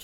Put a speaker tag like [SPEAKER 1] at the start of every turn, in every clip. [SPEAKER 1] ท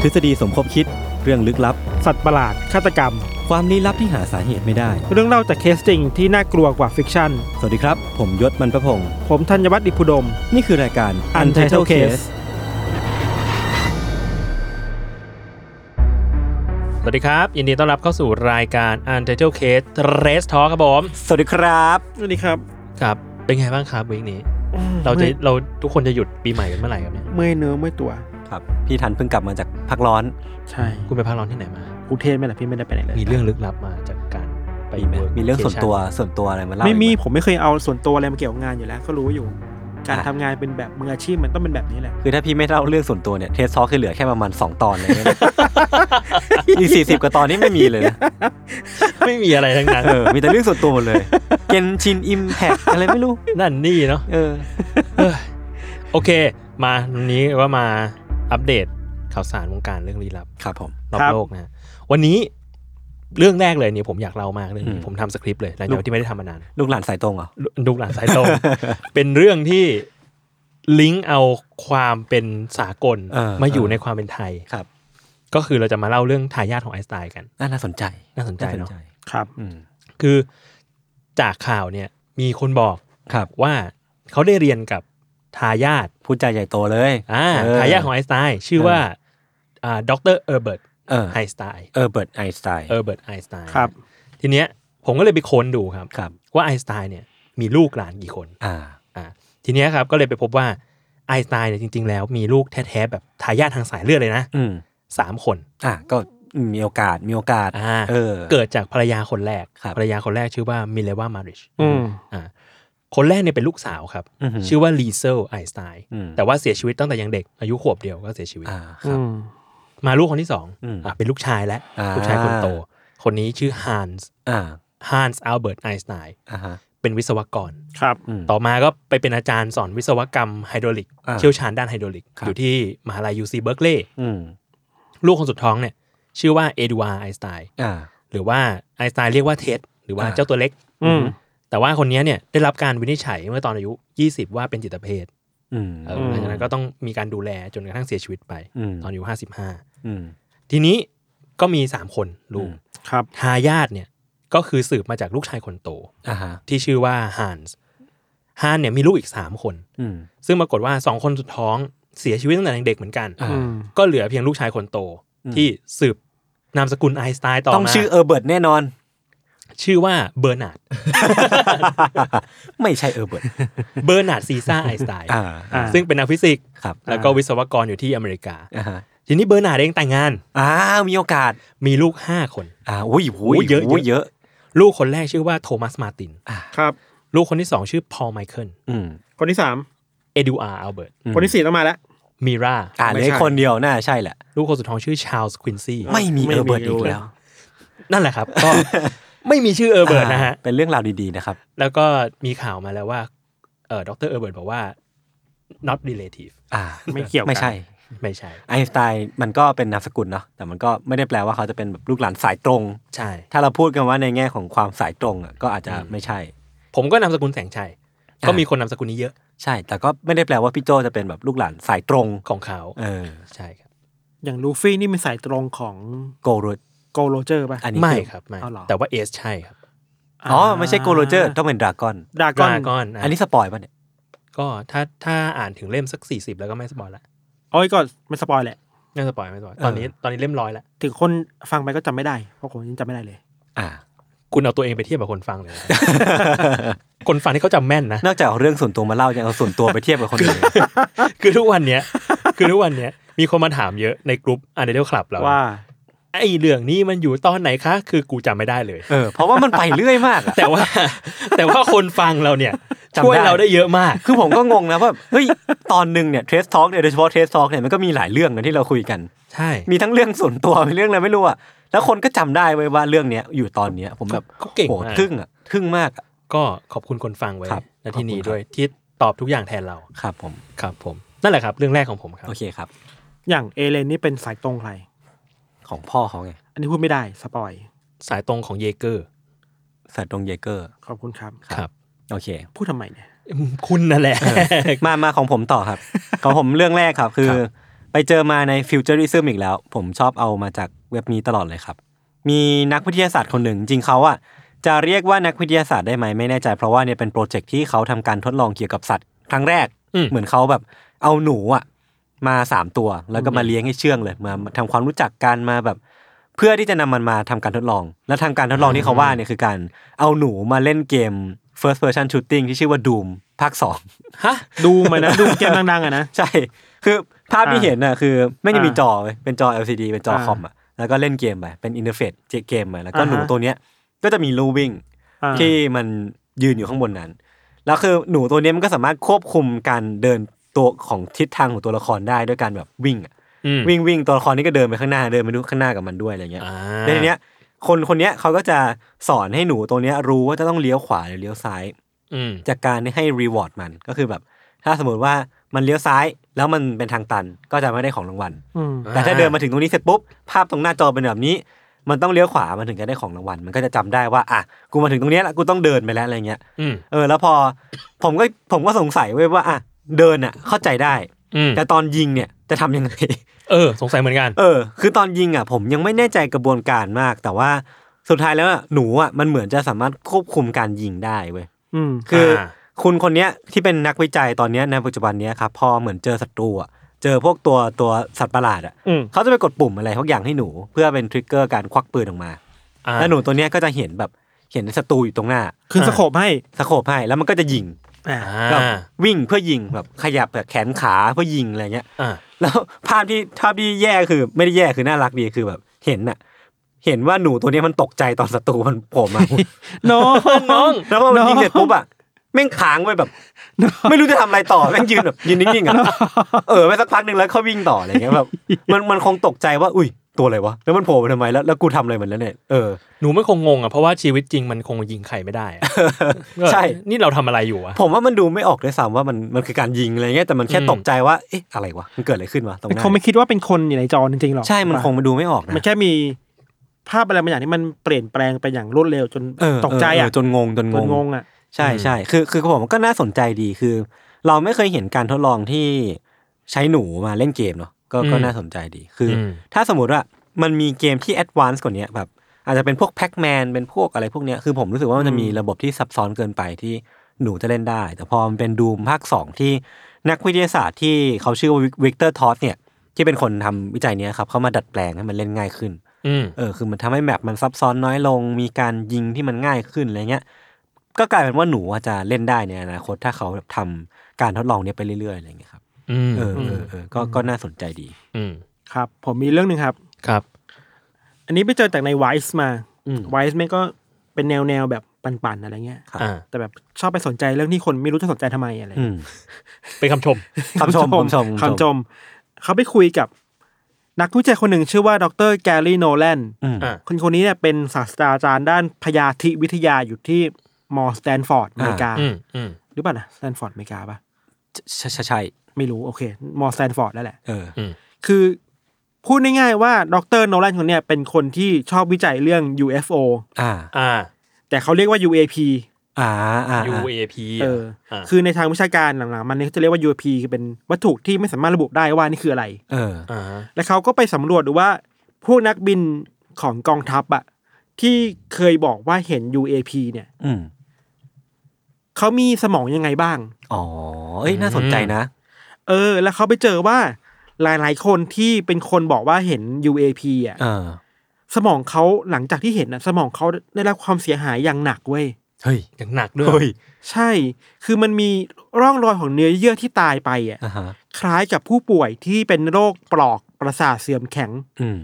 [SPEAKER 2] ทฤษฎีสมคบคิด เรื่องลึกลับ
[SPEAKER 3] สัตว์ประหลาด ฆาตกรรม
[SPEAKER 2] ความลี้ลับที่หาสาเหตุไม่ได้
[SPEAKER 3] เรื่องเล่าจากเคสจริงที่น่ากลัวกว่าฟิกชั่น
[SPEAKER 2] สวัสดีครับ ผมยศมันประพงศ์
[SPEAKER 3] ผมธัญวัฒน์อิพุดม
[SPEAKER 2] นี่คือรายการ
[SPEAKER 3] Untitled Case
[SPEAKER 4] สวัสดีครับ ยินดีต้อนรับเข้าสู่รายการ Untitled Case Race Talk ครับผม
[SPEAKER 2] สวัสดีครับ
[SPEAKER 3] สวัสดีครับ
[SPEAKER 4] ครับ เป็นไงบ้างครับวีคนี้ เราจะเราทุกคนจะหยุดปีใหม่กันเมื่อไหร่ครับเนี่ย
[SPEAKER 3] เมื่อยเนื้อเมื่อยตัว
[SPEAKER 2] ครับ พี่ทันเพิ่งกลับมาจากพักร้อน
[SPEAKER 3] ใช่
[SPEAKER 4] คุณไปพักร้อนที่ไหนมา
[SPEAKER 3] กรุงเทพไม่แหละพี่ไม่ได้ไปไหนเลย
[SPEAKER 4] มีเรื่องลึกลับมาจากการไป
[SPEAKER 2] มีไหม
[SPEAKER 4] work
[SPEAKER 2] มีเรื่องส่วน
[SPEAKER 4] vacation
[SPEAKER 2] ตัวส่วนตัวอะไรมาเล่า
[SPEAKER 3] ไม่มี
[SPEAKER 2] อีกห
[SPEAKER 3] ผมไม่เคยเอาส่วนตัวอะไรมาเกี่ยวกับงานอยู่แล้ว ก็รู้อยู่ การทำงานเป็นแบบมืออาชีพมันต้องเป็นแบบนี้แหละ
[SPEAKER 2] คือถ้าพี่ไม่เล่าเรื่องส่วนตัวเนี่ยเทสซอคือเหลือแค่ประมาณ 2 ตอนเลยนะ อีกสี่สิบกว่าตอนนี้ไม่มีเลยนะ
[SPEAKER 4] ไม่มีอะไรทั้งนั้น
[SPEAKER 2] เออมีแต่เรื่องส่วนตัวหมดเลยเกนชินอิมแพก อะไรไม่รู้
[SPEAKER 4] นั่นนี่เนาะ
[SPEAKER 2] เออ
[SPEAKER 4] เอ้ยโอเค มาวันนี้ว่ามาอัปเดตข่าวสารวงการเรื่องลี้ลับ
[SPEAKER 2] ครับผม
[SPEAKER 4] รอ
[SPEAKER 3] ครับ บ
[SPEAKER 4] โลกนะฮะวันนี้เรื่องแรกเลยเนี่ยผมอยากเล่ามากเรื่อง
[SPEAKER 2] อื
[SPEAKER 4] นี้
[SPEAKER 2] ม
[SPEAKER 4] ผมทำสคริปต์เลยหลังจากที่ไม่ได้ทำมานาน
[SPEAKER 2] ลูกหลานสายตรงเหรอ
[SPEAKER 4] ลูกหลานสาย ตรง เป็นเรื่องที่ลิงก์เอาความเป็นสากล
[SPEAKER 2] เออ
[SPEAKER 4] มาอยู่
[SPEAKER 2] เออ
[SPEAKER 4] ในความเป็นไทย
[SPEAKER 2] ครับ
[SPEAKER 4] ก็คือเราจะมาเล่าเรื่องทายาทของไอน์สไตน์กัน
[SPEAKER 2] อ่ะน่าสนใจ
[SPEAKER 4] น่าสนใจเนอะ
[SPEAKER 3] ครับ
[SPEAKER 2] อืม
[SPEAKER 4] คือจากข่าวเนี่ยมีคนบอก
[SPEAKER 2] ครับ
[SPEAKER 4] ว่าเขาได้เรียนกับทายาท
[SPEAKER 2] พูดใจใหญ่โตเลย
[SPEAKER 4] อ่า
[SPEAKER 2] เออ
[SPEAKER 4] ทายาทของไอน์สไตน์ชื่อว่าอ่าด็อกเตอร์เออร์เบิร์ต
[SPEAKER 2] เออ
[SPEAKER 4] ไอน์สไตน์
[SPEAKER 2] เออเบิร์ตไอน์สไตน์
[SPEAKER 4] เออร์เบิร์ตไอน์สไตน์
[SPEAKER 3] ครับ
[SPEAKER 4] ทีเนี้ยผมก็เลยไปค้นดูครับ
[SPEAKER 2] ครับ
[SPEAKER 4] ว่าไอน์สไตน์เนี่ยมีลูกหลานกี่คน
[SPEAKER 2] อ่า
[SPEAKER 4] อ่าทีเนี้ยครับก็เลยไปพบว่าไอน์สไตน์เนี่ยจริง ๆ แล้วมีลูกแท้ ๆ แบบทายาททางสายเลือดเลยนะ
[SPEAKER 2] อืม
[SPEAKER 4] สามคน
[SPEAKER 2] อ่ะก็มีโอกาสมีโอกาส
[SPEAKER 4] อ่า
[SPEAKER 2] เออ
[SPEAKER 4] เกิดจากภรรยาคนแรก
[SPEAKER 2] ครับ
[SPEAKER 4] ภรรยาคนแรกชื่อว่ามิเลวามาริช
[SPEAKER 3] อืม
[SPEAKER 4] อ่าคนแรกเนี่ยเป็นลูกสาวครับ
[SPEAKER 2] อือหือ
[SPEAKER 4] ชื่อว่าลีเซลไอน์สไตน์
[SPEAKER 2] อืม
[SPEAKER 4] แต่ว่าเสียชีวิตตั้งแต่ยังเด็ก อายุขวบเดียวก็เสียชีวิต
[SPEAKER 2] อ่าค
[SPEAKER 3] อื
[SPEAKER 2] รับ
[SPEAKER 3] ม
[SPEAKER 4] มาลูกคนที่สอง
[SPEAKER 2] อืม
[SPEAKER 4] อ่าเป็นลูกชายแล้ว
[SPEAKER 2] อ่า
[SPEAKER 4] ลูกชายคนโต คนนี้ชื่อฮันส์
[SPEAKER 2] อ่า
[SPEAKER 4] ฮันส์อัลเบิร์ตไอน์สไตน์
[SPEAKER 2] อ่าฮะ
[SPEAKER 4] เป็นวิศวกร
[SPEAKER 3] ครับ
[SPEAKER 2] อืม
[SPEAKER 4] ต่อมาก็ไปเป็นอาจารย์สอนวิศวกรรมไฮดรอลิก
[SPEAKER 2] อ่า
[SPEAKER 4] เชี่ยวชาญด้านไฮดรอลิก
[SPEAKER 2] ครับ
[SPEAKER 4] อยู่ที่มหาลัยยูซีเบิร์กลีย์
[SPEAKER 2] อืม
[SPEAKER 4] ลูกคนสุดท้องเนี่ยชื่อว่าเอดูอาร์ไอน์สไตน์
[SPEAKER 2] อ่า
[SPEAKER 4] หรือว่าไอน์สไตน์เรียกว่าเท็ดหรือว่า
[SPEAKER 2] อ่า
[SPEAKER 4] เจ้าตัวเล็ก
[SPEAKER 3] อืม
[SPEAKER 4] แต่ว่าคนเนี้ยเนี่ยได้รับการวินิจฉัยเมื่อตอนอายุ 20 ว่าเป็นจิตเภท
[SPEAKER 2] อืม
[SPEAKER 4] เออ
[SPEAKER 3] ม
[SPEAKER 4] หลังจากนั้นก็ต้องมีการดูแลจนกระทั่งเสียชีวิตไป
[SPEAKER 2] อืม
[SPEAKER 4] ตอนอายุ
[SPEAKER 2] อืม
[SPEAKER 4] 55 ทีนี้ก็มี 3 คนลูก
[SPEAKER 2] อืม
[SPEAKER 3] ครับ
[SPEAKER 4] ทายาทเนี่ยก็คือสืบมาจากลูกชายคนโต
[SPEAKER 2] อ่าฮะ
[SPEAKER 4] ที่ชื่อว่าฮันส์ฮันเนี่ยมีลูกอีกสามคน
[SPEAKER 2] อืม
[SPEAKER 4] ซึ่งปรากฏว่าสองคนสุดท้องเสียชีวิตตั้งแต่ยังเด็กเหมือนกัน
[SPEAKER 2] อ่า
[SPEAKER 3] อืม
[SPEAKER 4] ก็เหลือเพียงลูกชายคนโต
[SPEAKER 2] อืม
[SPEAKER 4] ที่สืบนามสกุลไอน์สไตน์ต่อ
[SPEAKER 2] ต้อง
[SPEAKER 4] มา
[SPEAKER 2] ชื่อเออร์เบิร์ตแน่นอน
[SPEAKER 4] ชื่อว่าเบอร์นาร์ด
[SPEAKER 2] ไม่ใช่เออร์เบิร์ต
[SPEAKER 4] เบอร์นาร์ดซีซ่าไอน์สไตน์
[SPEAKER 2] อ่า
[SPEAKER 3] อ่า
[SPEAKER 4] ซึ่งเป็นนักฟิสิกส์
[SPEAKER 2] ครับ
[SPEAKER 4] แล้วก็วิศวกรอยู่ที่อเมริกา
[SPEAKER 2] อ่าฮะ
[SPEAKER 4] ทีนี้เบอร์นาร์ดเองแต่งงาน
[SPEAKER 2] อ้าวมีโอกาส
[SPEAKER 4] มีลูก 5 คน
[SPEAKER 2] อ่าอุ้ยหู
[SPEAKER 4] โอ้ยเยอะ
[SPEAKER 2] หูเยอะ
[SPEAKER 4] ลูกคนแรกชื่อว่าโทมัสมาติน
[SPEAKER 3] ครับ
[SPEAKER 4] ลูกคนที่ 2 ชื่อพอลไมเคิล
[SPEAKER 2] อืม
[SPEAKER 3] คนที่สาม
[SPEAKER 4] เอดูอาร์อัลเบิร์ต
[SPEAKER 2] อืม
[SPEAKER 3] คนที่สี่ต้องมาแล้ว
[SPEAKER 4] มิรา
[SPEAKER 2] อ่าเหล
[SPEAKER 3] ไม่
[SPEAKER 2] ย
[SPEAKER 3] ใช่
[SPEAKER 2] คนเดียวน่าใช่แหละ
[SPEAKER 4] ลูกคนสุดท้องชื่อชาลส์ควินซี่
[SPEAKER 2] ไม่มี
[SPEAKER 3] ไม่
[SPEAKER 2] เออร์
[SPEAKER 3] มี
[SPEAKER 2] เบิร์ตอี
[SPEAKER 3] ลู
[SPEAKER 2] ก
[SPEAKER 3] ก
[SPEAKER 2] แล้ว
[SPEAKER 4] นั่นแหละครับก็ ไม่มีชื่อเออร์เบิร์ตนะฮะ
[SPEAKER 2] าเป็นเรื่องราวดีๆนะครับ
[SPEAKER 4] แล้วก็มีข่าวมาแล้วว่า เออดรเออร์เบิร์ตบอกว่า not relative
[SPEAKER 2] อ่า
[SPEAKER 3] ไม่เกี่ยวกัน
[SPEAKER 2] ไม่ใช่
[SPEAKER 4] ไม่ใช่
[SPEAKER 2] ไอน์สไตน์มันก็เป็นนามสกุลเนาะ แต่มันก็ไม่ได้แปลว่าเขาจะเป็นแบบลูกหลานสายตรง
[SPEAKER 4] ใช่
[SPEAKER 2] ถ้าเราพูดกันว่าในแง่ของความสายตรงอ่ะก็อาจจะไม่ใช่
[SPEAKER 4] ผมก็นามสกุลแสงชัย
[SPEAKER 2] อ่า
[SPEAKER 4] ก็มีคนนามสกุลนี้เยอะ
[SPEAKER 2] ใช่ แต่ก็ไม่ได้แปลว่าพี่โจจะเป็นแบบลูกหลานสายตรง
[SPEAKER 4] ของเขา
[SPEAKER 2] เออ
[SPEAKER 4] ใช่ครับ
[SPEAKER 3] อย่างลูฟี่นี่เป็นสายตรงของ
[SPEAKER 2] โกรุด
[SPEAKER 3] โกโรเจอร์ป่ะ
[SPEAKER 2] อันนี้
[SPEAKER 4] ไม่
[SPEAKER 2] คือ
[SPEAKER 4] ครับไม่
[SPEAKER 3] เอาเหรอ
[SPEAKER 4] แต่ว่าเอสใช่ครับ
[SPEAKER 2] อ๋อไม่ใช่โกโรเจอร์ต้องเป็นดราก้อน
[SPEAKER 3] ดราก้อน
[SPEAKER 4] ดราก้อนนะ
[SPEAKER 2] อันนี้สปอยป่ะเนี่ย
[SPEAKER 4] ก็ถ้าถ้าอ่านถึงเล่มสัก 40 แล้วก็ไม่สปอยละ
[SPEAKER 3] เอาไว้ก่อนไม่สปอยแหละ
[SPEAKER 4] ไม่สปอยไม่สปอยตอนนี้ตอนนี้เล่มร้อยละ
[SPEAKER 3] ถึงคนฟังไปก็จำไม่ได้ เพราะผมยังจำไม่ได้เลย
[SPEAKER 2] อ่า
[SPEAKER 4] คุณเอาตัวเองไปเทียบกับคนฟังเลยนะ คนฟังที่เขาจำแม่ นนะ
[SPEAKER 2] นอกจากเอาเรื่องส่วนตัวมาเล่ายังเอาส่วนตัวไปเทียบกับคนอื่น
[SPEAKER 4] คือทุกวันเนี้ย คือทุกวันเนี้ย มีคนมาถามเยอะในกลุ่มอันเดอร์คลับเรา
[SPEAKER 3] ว่า
[SPEAKER 4] ไอ้เรื่องนี้มันอยู่ตอนไหนคะ คือกูจำไม่ได้เลย
[SPEAKER 2] เออเพราะว่ามันไปเรื่อยมากอะ
[SPEAKER 4] แต่ว่า แต่ว่าคนฟังเราเนี่ย
[SPEAKER 2] จำได้
[SPEAKER 4] ช่วยเราได้เยอะมาก
[SPEAKER 2] คือผมก็งงนะว่าเฮ้ยตอนหนึ่งเนี่ยเทสทอล์กเนี่ยโดยเฉพาะเทสทอล์กเนี่ยมันก็มีหลายเรื่องนะที่เราคุยกัน
[SPEAKER 4] ใช่
[SPEAKER 2] มีทั้งเรื่องส่วนตัวมีเรื่องอะไรไม่รู้อะแล้วคนก็จำได้ไว้ยว่าเรื่องเนี้ยอยู่ตอนเนี้ยผมแบบ
[SPEAKER 4] เขาเก่ง
[SPEAKER 2] โห
[SPEAKER 4] มาก
[SPEAKER 2] ทึ่งอะทึ่งมากอะ
[SPEAKER 4] ก็ขอบคุณคนฟังไว้
[SPEAKER 2] ครับ
[SPEAKER 4] ณที่นี้
[SPEAKER 2] ขอบคุณครับ
[SPEAKER 4] ด้วยที่ตอบทุกอย่างแทนเรา
[SPEAKER 2] ครับผม
[SPEAKER 4] ครับผม นั่นแหละครับ เรื่องแรกของผมครับ
[SPEAKER 2] โอเคครับ
[SPEAKER 3] อย่างเอเลนนี่เป็นสายตรงใคร
[SPEAKER 2] ของพ่อเขาไง
[SPEAKER 3] อันนี้พูดไม่ได้ สปอย
[SPEAKER 4] สายตรงของเยเกอร์
[SPEAKER 2] สัตว์ดงเยเกอร์
[SPEAKER 3] ขอบคุณครับ
[SPEAKER 2] ครับ โอเค
[SPEAKER 3] พูดทำไมเนี่ย
[SPEAKER 4] อืมคุณนั่นแหละ
[SPEAKER 2] มามาของผมต่อ ครับ ของผมเรื่องแรกครับ คือ
[SPEAKER 4] ครับ
[SPEAKER 2] ไปเจอมาในฟิวเจอริซึมอีกแล้ว ผมชอบเอามาจากเว็บนี้ตลอดเลยครับ มีนักวิทยาศาสตร์คนหนึ่ง จริงเขาอะจะเรียกว่านักวิทยาศาสตร์ได้ไหมไม่แน่ใจ เพราะว่าเนี่ยเป็นโปรเจกต์ที่เขาทำการทดลองเกี่ยวกับสัตว์ครั้งแรก
[SPEAKER 4] อืม
[SPEAKER 2] เหมือนเขาแบบเอาหนูอะมาสามตัว แล้วก็มาเลี้ยงให้เชื่องเลยมาทำความรู้จักกันมาแบบ เพื่อที่จะนำมันมาทำการทดลอง และทำการทดลองที่เขาว่าเนี่ยคือการเอาหนูมาเล่นเกม first person shooting ที่ชื่อว่า Doom ภาคสอง
[SPEAKER 4] ฮะ
[SPEAKER 3] ดูมานะ ดูเกมดังๆอะนะ
[SPEAKER 2] ใช่ คือภาพที่
[SPEAKER 3] อ่า
[SPEAKER 2] เห็นน่ะคือไม่ได้มี
[SPEAKER 3] อ่า
[SPEAKER 2] จอเว้ยเป็นจอ LCD เป็นจออา คอมอ่ะ แล้วก็เล่นเกมไป เป็นอินเทอร์เฟซเกมไปแล้วก็
[SPEAKER 3] อ่าฮะ
[SPEAKER 2] หนูตัวเนี้ย ก็จะมีลูวิ่ง
[SPEAKER 3] อ่า
[SPEAKER 2] ที่มันยืนอยู่ข้างบนนั้น แล้วคือหนูตัวเนี้ยมันก็สามารถควบคุมการเดินตัวของทิศทางของตัวละครได้ด้วยการแบบวิ่งอะ
[SPEAKER 4] อืม
[SPEAKER 2] วิ่งวิ่งตัวละครนี้ก็เดินไปข้างหน้าเดินไปดูข้างหน้ากับมันด้วยอะไรเงี้ย
[SPEAKER 4] อ่า
[SPEAKER 2] ในเนี้ยคนคนเนี้ยเขาก็จะสอนให้หนูตัวเนี้ยรู้ว่าจะต้องเลี้ยวขวาหรือเลี้ยวซ้าย
[SPEAKER 4] อืม
[SPEAKER 2] จากการให้รีวอร์ดมันก็คือแบบ ถ้าสมมติว่ามันเลี้ยวซ้ายแล้วมันเป็นทางตันก็จะไม่ได้ของรางวัล
[SPEAKER 3] อืม
[SPEAKER 2] แต่ถ้าเดินมาถึงตรงนี้เสร็จปุ๊บ ภาพตรงหน้าจอเป็นแบบนี้ มันต้องเลี้ยวขวามันถึงจะได้ของรางวัลมันก็จะจำได้ว่าอ่ะกูมาถึงตรงเนี้ยละกูต้องเดินไปแล้วอะไรเงี้ย
[SPEAKER 4] อืม
[SPEAKER 2] เออแล้วพอ ผมก็ผมก็สงสัยเว้ยว่าอ่ะเดินอ่ะเข้าใจได้
[SPEAKER 4] อืม
[SPEAKER 2] แต่ตอนยิงเนี่ยจะทำยังไง
[SPEAKER 4] เออ สงสัยเหมือนกัน
[SPEAKER 2] เออ คือตอนยิงอ่ะผมยังไม่แน่ใจกระบวนการมาก แต่ว่าสุดท้ายแล้วอ่ะหนูอ่ะมันเหมือนจะสามารถควบคุมการยิงได้เว้ย
[SPEAKER 3] อืม
[SPEAKER 2] คืออา คุณคนเนี้ยที่เป็นนักวิจัยตอนเนี้ยในปัจจุบันเนี้ยครับพอเหมือนเจอศัตรูอะเจอพวกตัวตัวสัตว์ประหลาดอ่ะ
[SPEAKER 3] อืม
[SPEAKER 2] เขาจะไปกดปุ่มอะไรทุกอย่างให้หนูเพื่อเป็นทริกเกอร์การควักปืนออกมา
[SPEAKER 4] อ่า
[SPEAKER 2] แล้วหนูตัวเนี้ยก็จะเห็นแบบเห็นศัตรูอยู่ตรงหน้า
[SPEAKER 3] คือสโคบให้
[SPEAKER 2] สโคบให้แล้วมันก็จะยิง
[SPEAKER 3] อ่า
[SPEAKER 2] แบบ
[SPEAKER 4] อ่า
[SPEAKER 2] วิ่งเพื่อยิงแบบขยับแบบแขนขาเพื่อยิงอะไรเงี้ย
[SPEAKER 4] อ่า
[SPEAKER 2] แล้วภาพที่ภาพที่แย่คือไม่ได้แย่คือน่ารักดีคือแบบเห็นน่ะ เห็นว่าหนูตัวเนี้ยมันตกใจตอนศัตรูมันโผล่มา
[SPEAKER 3] น้อง
[SPEAKER 4] น้อง
[SPEAKER 2] แล้วพอมันยิงเสร็จปุ๊บอะแม่งค้างไว้แบบ ไม่รู้จะทำอะไรต่อแม่งยืนแบบยืนนิ่งๆอะเออไปสักพักหนึ่งแล้วค่อยวิ่งต่ออะไรเงี้ยแบบมันมันคงตกใจว่า อุ้ยตัวอะไรวะแล้วมันโผล่มาทำไมแล้วแล้วกูทำอะไรมันแล้วเนี่ยเออ
[SPEAKER 4] หนูไม่คงงงอ่ะ เพราะว่าชีวิตจริงมันคงยิงใครไม่ได้อะ
[SPEAKER 2] ใช่
[SPEAKER 4] นี่เราทำอะไรอยู่อะ
[SPEAKER 2] ผมว่ามันดูไม่ออกด้วยซ้ำว่ามันมันคือการยิงอะไรเงี้ยแต่มันแค่ตกใจว่าเอ๊ะอะไรวะมันเกิดอะไรขึ้นวะตรงห
[SPEAKER 3] มัน
[SPEAKER 2] นั้
[SPEAKER 3] คงไม่
[SPEAKER 2] น
[SPEAKER 3] คิดว่าเป็นคนอยู่ในจอจริงๆหรอก
[SPEAKER 2] ใช่มันคงมาดูไม่ออกนะ
[SPEAKER 3] มันแค่มีภาพอะไรบางอย่างที่มันเปลี่ยนแปลงไปอย่างรวดเร็วจน
[SPEAKER 2] เออ
[SPEAKER 3] ตกใจอ่ะ
[SPEAKER 2] เจนงงจน
[SPEAKER 3] จ
[SPEAKER 2] ง
[SPEAKER 3] น
[SPEAKER 2] ง
[SPEAKER 3] งงอ่ะ
[SPEAKER 2] ใช่ใช่คือคือผมก็น่าสนใจดีคือ เราไม่เคยเห็นการทดลองที่ใช้หนูมาเล่นเกมเนาะก็ก็น่าสนใจดีคืออ
[SPEAKER 4] ม
[SPEAKER 2] ถ้าสมมติว่ามันมีเกมที่แอดวานซ์กว่าเนี้ยแบบอาจจะเป็นพวกแพ็กแมนเป็นพวกอะไรพวกเนี้ยคือผมรู้สึกว่ามันจะมีระบบที่ซับซ้อนเกินไปที่หนูจะเล่นได้ แต่พอมันเป็นดูมภาค 2 ที่นักวิทยาศาสตร์ที่เขาชื่อว่าวิกเตอร์ทอสเนี่ยที่เป็นคนทำวิจัยเนี้ยครับเขามาดัดแปลงให้มันเล่นง่ายขึ้น
[SPEAKER 4] อืม
[SPEAKER 2] เออคือมันทำให้แมปมันซับซ้อนน้อยลง มีการยิงที่มันง่ายขึ้นอะไรเงี้ยก็กลายเป็นว่าหนูอาจจะเล่นได้ในอนาคตถ้าเขาแบบทำการทดลองเนี้ยไปเรื่อยๆอะไรเงี้ยครับ
[SPEAKER 4] อืม
[SPEAKER 2] เออเออเออก็ก็น่าสนใจดี
[SPEAKER 4] อืม
[SPEAKER 3] ครับ ผมมีเรื่องหนึ่งครับ
[SPEAKER 4] ครับ
[SPEAKER 3] อันนี้ไปเจอจากในไวส์มา
[SPEAKER 2] อืม
[SPEAKER 3] ไวส์แม่งก็เป็นแนวแนวแบบปั่นๆอะไรเงี้ย
[SPEAKER 2] ครับ
[SPEAKER 4] อ่า
[SPEAKER 3] แต่แบบชอบไปสนใจเรื่องที่คนไม่รู้จะสนใจทำไมอะไร
[SPEAKER 2] อืม
[SPEAKER 4] เป็นคำชม
[SPEAKER 2] คำชมคำชม
[SPEAKER 3] คำชม เขาไปคุยกับนักวิจัยคนหนึ่งชื่อว่าดรแกรี่โนแลน
[SPEAKER 2] อืม
[SPEAKER 4] อ่า
[SPEAKER 3] คนคนนี้เนี่ยเป็นศาสตราจารย์ด้านพยาธิวิทยาอยู่ที่มอสแตนฟอร์ดอเมริกา
[SPEAKER 4] อืมอืม
[SPEAKER 3] หรือเปล่านะสแตนฟอร์ดอเมริกาปะ
[SPEAKER 2] ใช่ใช่ใช่
[SPEAKER 3] ไม่รู้ โอเค มอสแตนฟอร์ดแล้วแหละ
[SPEAKER 2] เออ
[SPEAKER 3] คือพูดง่ายๆว่าดรโนแลนคนเนี่ยเป็นคนที่ชอบวิจัยเรื่อง UFO
[SPEAKER 2] อ่า
[SPEAKER 4] อ่า
[SPEAKER 3] แต่เขาเรียกว่า UAP
[SPEAKER 2] อ่าอ่า
[SPEAKER 4] UAP
[SPEAKER 3] เออ
[SPEAKER 4] อ่า
[SPEAKER 3] คือในทางวิชาการหลังๆมันเนี่ยเขาจะเรียกว่า UAP คือเป็นวัตถุที่ไม่สามารถระบุได้ว่านี่คืออะไร
[SPEAKER 2] เออ
[SPEAKER 4] อ่า
[SPEAKER 3] แล้วเขาก็ไปสำรวจดูว่าพวกนักบินของกองทัพอะที่เคยบอกว่าเห็น UAP เนี่ย
[SPEAKER 2] อืม
[SPEAKER 3] เขามีสมองยังไงบ้าง
[SPEAKER 2] อ๋อ เอ้ยน่าสนใจนะ
[SPEAKER 3] เออ แล้วเขาไปเจอว่าหลายๆคนที่เป็นคนบอกว่าเห็น UAP อะ
[SPEAKER 2] เออ
[SPEAKER 3] สมองเขาหลังจากที่เห็นอะสมองเขาได้รับความเสียหายอย่างหนักเว้ย
[SPEAKER 2] เฮ้ย
[SPEAKER 4] อย่างหนักด้วย
[SPEAKER 2] เฮ้ย
[SPEAKER 3] ใช่ คือมันมีร่องรอยของเนื้อเยื่อที่ตายไปอ่ะ
[SPEAKER 2] อ่าฮะ
[SPEAKER 3] คล้ายกับผู้ป่วยที่เป็นโรคปลอกประสาทเสื่อมแข็ง
[SPEAKER 2] อืม